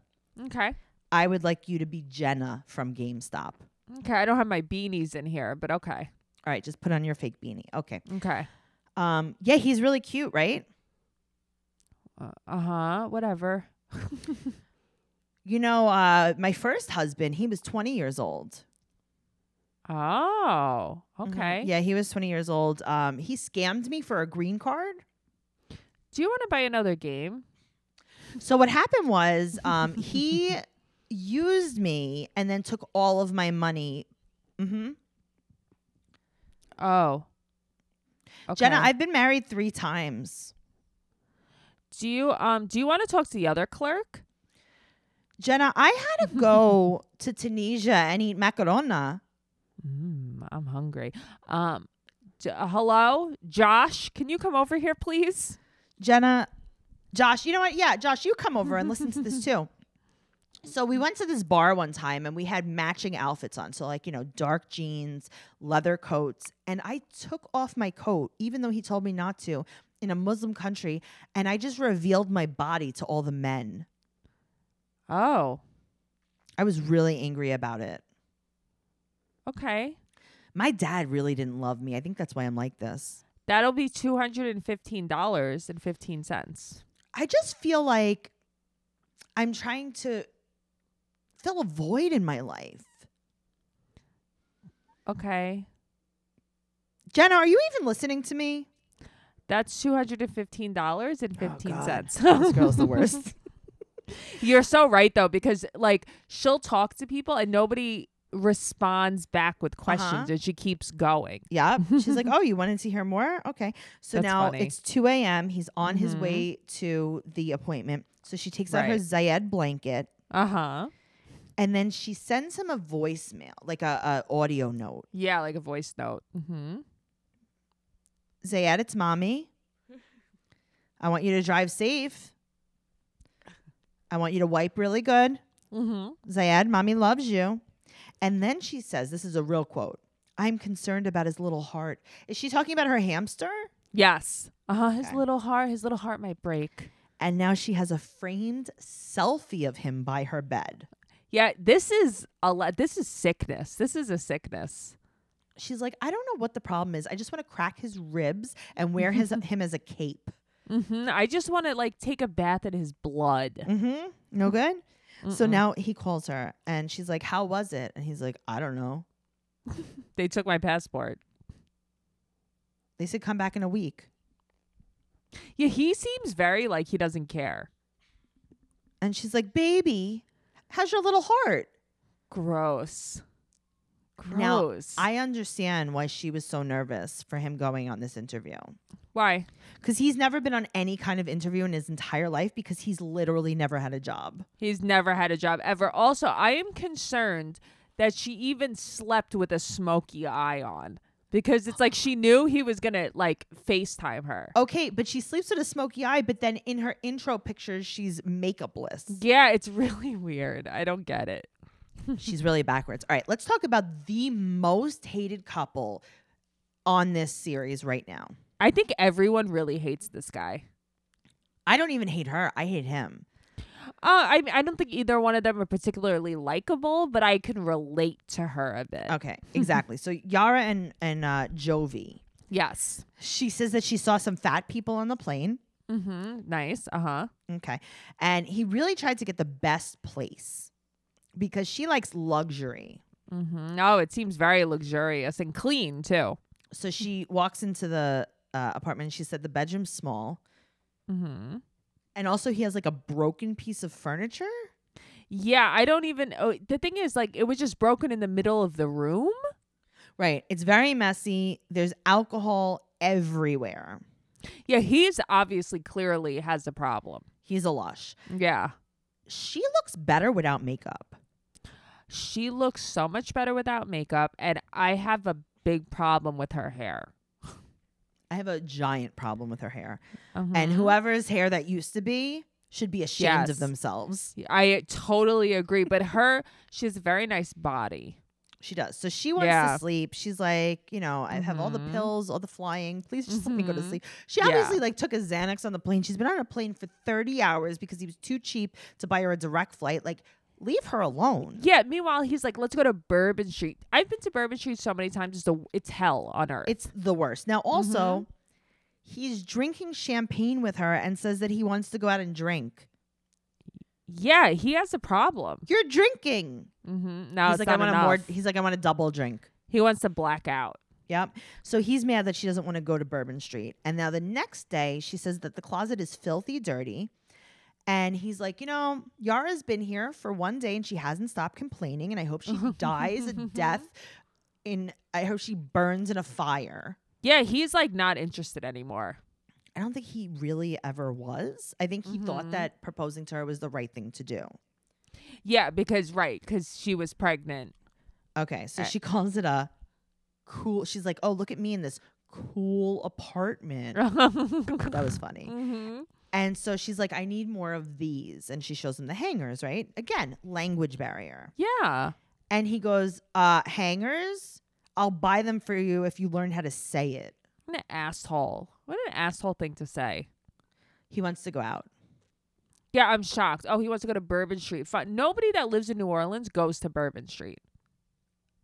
A: Okay.
B: I would like you to be Jenna from GameStop.
A: Okay. I don't have my beanies in here, but okay.
B: All right, just put on your fake beanie. Okay.
A: Okay.
B: Um, yeah, he's really cute, right?
A: Uh huh. Whatever.
B: You know, uh, my first husband, he was 20 years old.
A: Oh.
B: Mhm.
A: Okay.
B: Yeah, he was 20 years old. Um, he scammed me for a green card.
A: Do you want to buy another game?
B: So what happened was um, he used me and then took all of my money. hmm
A: Oh. Okay.
B: Jenna, I've been married three times.
A: do you um do you want to talk to the other clerk?
B: Jenna, I had to go to Tunisia and eat macarona.
A: Mm, I'm hungry. Um, j- uh, hello, Josh. Can you come over here, please?
B: Jenna, Josh, you know what? Yeah, Josh, you come over and listen to this too. So we went to this bar one time and we had matching outfits on. So like, you know, dark jeans, leather coats, and I took off my coat even though he told me not to in a Muslim country and I just revealed my body to all the men.
A: Oh,
B: I was really angry about it.
A: okay.
B: My dad really didn't love me. I think that's why I'm like this.
A: That'll be two hundred and fifteen dollars and fifteen cents.
B: I just feel like I'm trying to fill a void in my life.
A: Okay,
B: Jenna, are you even listening to me?
A: that's two hundred and fifteen dollars and fifteen
B: Oh, God.
A: cents.
B: This girl's the worst.
A: You're so right though, because like she'll talk to people and nobody responds back with questions,
B: Uh-huh.
A: and she keeps going.
B: Yeah. She's like, oh, you wanted to hear more? Okay. So
A: That's
B: now
A: funny.
B: it's 2 a.m. He's on his
A: Mhm.
B: way to the appointment. So she takes out her
A: Right.
B: Zayed blanket
A: Uh huh.
B: and then she sends him a voicemail, like a, a audio note.
A: Yeah, like a voice note. Mm-hmm.
B: Zayed, it's mommy. I want you to drive safe. I want you to wipe really good.
A: Mm-hmm.
B: Zayed, mommy loves you. And then she says, this is a real quote. I'm concerned about his little heart. Is she talking about her hamster?
A: Yes. Uh huh. His
B: Okay.
A: little heart. His little heart might break.
B: And now she has a framed selfie of him by her bed.
A: Yeah, this is a lot. This is sickness. This is a sickness.
B: She's like, I don't know what the problem is. I just want to crack his ribs and wear his him as a cape.
A: hmm I just want to like take a bath in his blood.
B: Mm-hmm. No good. So
A: Mm-mm.
B: now he calls her and she's like, How was it? And he's like, I don't know.
A: They took my passport.
B: They said come back in a week.
A: Yeah, he seems very like he doesn't care.
B: And she's like, Baby, how's your little heart?
A: Gross.
B: Now,
A: Gross.
B: I understand why she was so nervous for him going on this interview.
A: Why?
B: Because he's never been on any kind of interview in his entire life because he's literally never had a job.
A: He's never had a job ever. Also, I am concerned that she even slept with a smoky eye on because it's like she knew he was going to like FaceTime her.
B: Okay, but she sleeps with a smoky eye, but then in her intro pictures, she's makeupless.
A: Yeah, it's really weird. I don't get it.
B: She's really backwards. All right, let's talk about the most hated couple on this series right now.
A: I think everyone really hates this guy.
B: I don't even hate her. I hate him.
A: Uh, I I don't think either one of them are particularly likable, but I can relate to her a bit.
B: Okay, exactly. so Yara and and uh, Jovi.
A: Yes.
B: She says that she saw some fat people on the plane.
A: Mm-hmm. Nice. Uh huh.
B: Okay, and he really tried to get the best place because she likes luxury.
A: Mm-hmm. Oh, it seems very luxurious and clean too.
B: So she walks into the uh, apartment. And she said the bedroom's small,
A: Mm-hmm.
B: and also he has like a broken piece of furniture.
A: Yeah, I don't even. Oh, the thing is, like, it was just broken in the middle of the room.
B: Right. It's very messy. There's alcohol everywhere.
A: Yeah, he's obviously clearly has a problem.
B: He's a lush.
A: Yeah.
B: She looks better without makeup.
A: She looks so much better without makeup, and I have a big problem with her hair.
B: I have a giant problem with her hair. And
A: Mhm.
B: whoever's hair that used to be should be ashamed of
A: Yes.
B: themselves.
A: Mm-hmm. I totally agree, but her, she has a very nice body.
B: She does. So she wants
A: Yeah.
B: to sleep. She's like, you know, I have all the
A: Mhm.
B: pills, all the flying. Please just let me go to
A: Mhm.
B: sleep. She
A: Yeah.
B: obviously like took a Xanax on the plane. She's been on a plane for 30 hours because he was too cheap to buy her a direct flight. Like, leave her alone.
A: Yeah. Meanwhile, he's like, "Let's go to Bourbon Street." I've been to Bourbon Street so many times; it's the it's hell on earth.
B: It's the worst. Now, also,
A: Mm-hmm.
B: he's drinking champagne with her and says that he wants to go out and drink.
A: yeah, he has a problem.
B: You're drinking.
A: Mm-hmm. No,
B: he's
A: it's
B: like,
A: not
B: I want
A: enough.
B: a more. He's like, I want a double drink.
A: He wants to black out.
B: Yep. So he's mad that she doesn't want to go to Bourbon Street. And now the next day, she says that the closet is filthy, dirty. And he's like, you know, Yara's been here for one day and she hasn't stopped complaining. And I hope she dies a death in, I hope she burns in a fire.
A: Yeah, he's like not interested anymore.
B: I don't think he really ever was. I think he thought
A: Mhm.
B: that proposing to her was the right thing to do.
A: Yeah, because right, because she was pregnant.
B: Okay, so
A: Uh,
B: she calls it a cool. She's like, "Oh, look at me in this cool apartment." that was funny.
A: Mhm.
B: And so she's like, "I need more of these," and she shows him the hangers. Right? Again, language barrier.
A: Yeah.
B: And he goes, "Uh, hangers. I'll buy them for you if you learn how to say it."
A: What an asshole. What an asshole thing to say.
B: He wants to go out.
A: Yeah, I'm shocked. Oh, he wants to go to Bourbon Street. Fi- Nobody that lives in New Orleans goes to Bourbon Street.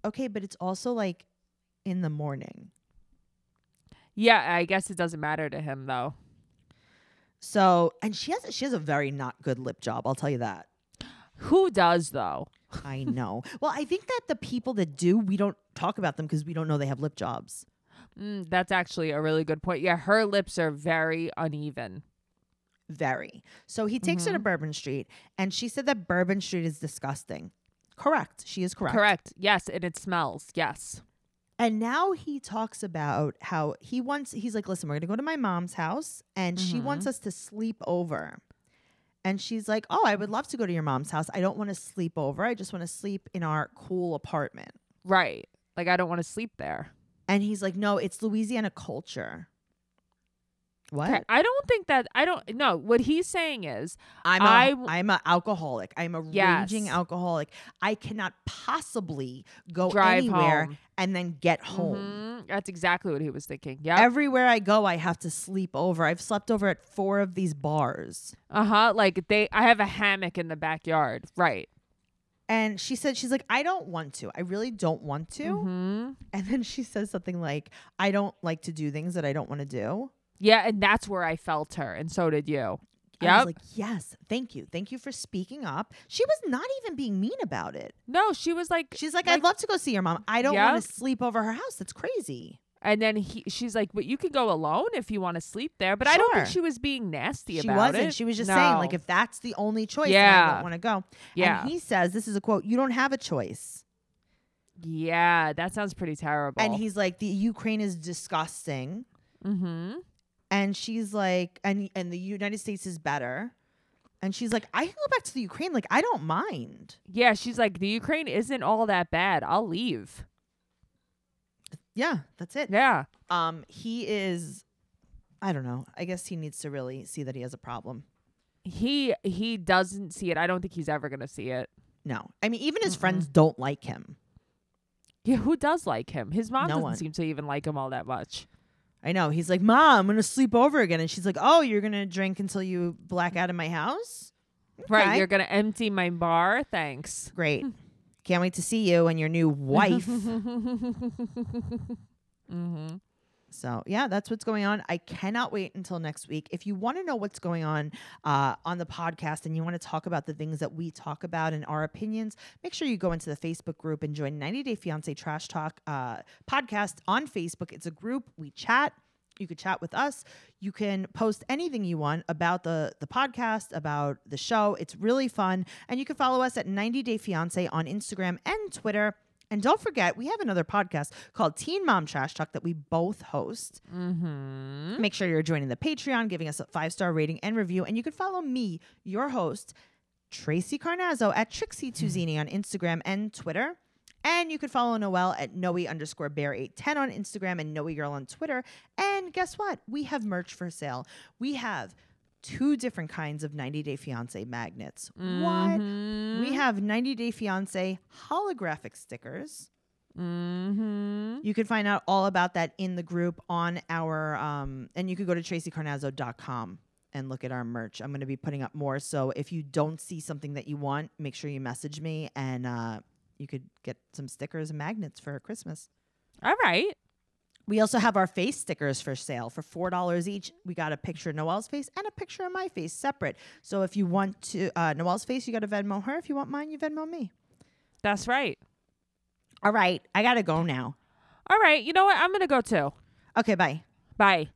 B: Okay, but it's also like in the morning.
A: Yeah, I guess it doesn't matter to him though.
B: So, and she has she has a very not good lip job. I'll tell you that.
A: Who does though?
B: I know. Well, I think that the people that do, we don't talk about them because we don't know they have lip jobs.
A: Mm, that's actually a really good point. Yeah, her lips are very uneven.
B: Very. So he takes her to Bourbon Street, and she said that Bourbon Street is disgusting. Correct. She is correct.
A: Correct. Yes, and it smells. Yes.
B: And now he talks about how he wants, he's like, listen, we're going to go to my mom's house, and she wants
A: Mm-hmm.
B: us to sleep over. And she's like, oh, I would love to go to your mom's house. I don't want to sleep over. I just want to sleep in our cool apartment.
A: Right. Like I don't want to sleep there.
B: And he's like, no, it's Louisiana culture. What?
A: Okay, I don't think that I don't no, what he's saying is
B: I'm
A: I
B: a,
A: w-
B: I'm an alcoholic. I'm a raging
A: Yes.
B: alcoholic. I cannot possibly go
A: Drive
B: Oh, anywhere
A: home.
B: and then get home.
A: Mhm, That's exactly what he was thinking. Yeah.
B: Everywhere I go, I have to sleep over. I've slept over at four of these bars.
A: Uh huh. Like they, I have a hammock in the backyard. Right.
B: And she said, she's like, I don't want to. I really don't want to.
A: hmm
B: And then she says something like, I don't like to do things that I don't want to do.
A: Yeah, and that's where I felt her, and so did you.
B: I was
A: Yep.
B: like, yes, thank you. Thank you for speaking up. She was not even being mean about it.
A: no, she was like,
B: She's like,
A: Like-
B: I'd love to go see your mom. I don't want
A: Yep.
B: to sleep over her house. That's crazy.
A: and then he, she's like, but you can go alone if you want to sleep there. But I don't think
B: Sure.
A: she was being nasty
B: she
A: about
B: wasn't.
A: it.
B: She was just saying, like,
A: No.
B: if that's the only choice, yeah. I
A: Yeah.
B: don't want to go.
A: yeah,
B: And he says, this is a quote, you don't have a choice.
A: yeah, that sounds pretty terrible.
B: And he's like, the Ukraine is disgusting.
A: mm-hmm.
B: And she's like, and and the United States is better. And she's like, I can go back to the Ukraine. Like, I don't mind.
A: yeah, she's like, the Ukraine isn't all that bad. I'll leave.
B: Yeah, that's it.
A: Yeah,
B: Um, he is I don't know. I guess he needs to really see that he has a problem.
A: he he doesn't see it. I don't think he's ever gonna see it.
B: No. I mean, even his friends don't like him.
A: Yeah, who does like him? His mom
B: No
A: doesn't
B: one.
A: seem to even like him all that much.
B: I know. He's like, Mom, I'm going to sleep over again. And she's like, Oh, you're going to drink until you black out in my house?
A: Right,
B: Okay.
A: you're gonna empty my bar. Thanks.
B: Great. Can't wait to see you and your new wife. Mm-hmm. So, yeah, that's what's going on. I cannot wait until next week. If you want to know what's going on uh, on the podcast and you want to talk about the things that we talk about and our opinions, make sure you go into the Facebook group and join 90 Day Fiancé Trash Talk uh, podcast on Facebook. It's a group, we chat. You could chat with us. You can post anything you want about the the podcast, about the show. It's really fun. And you can follow us at 90 Day Fiancé on Instagram and Twitter. And don't forget, we have another podcast called Teen Mom Trash Talk that we both host.
A: Mm-hmm.
B: Make sure you're joining the Patreon, giving us a five star rating and review. And you can follow me, your host, Tracy Carnazzo, at Trixie Tuzini on Instagram and Twitter. And you can follow Noelle at Noe underscore bear 810 on Instagram and Noe girl on Twitter. And guess what? We have merch for sale. We have two different kinds of 90 Day Fiance magnets. What?
A: Mm-hmm.
B: We have 90 Day Fiance holographic stickers.
A: Mm-hmm.
B: You can find out all about that in the group on our, um, and you could go to tracycarnazzo.com and look at our merch. I'm going to be putting up more. So if you don't see something that you want, make sure you message me and uh, you could get some stickers and magnets for Christmas.
A: All right.
B: We also have our face stickers for sale for four dollars each. We got a picture of Noelle's face and a picture of my face separate. So if you want to uh, Noelle's face, you got to Venmo her. If you want mine, you Venmo me.
A: That's right.
B: All right, I gotta go now.
A: All right. You know what? I'm gonna go too.
B: Okay, bye.
A: Bye.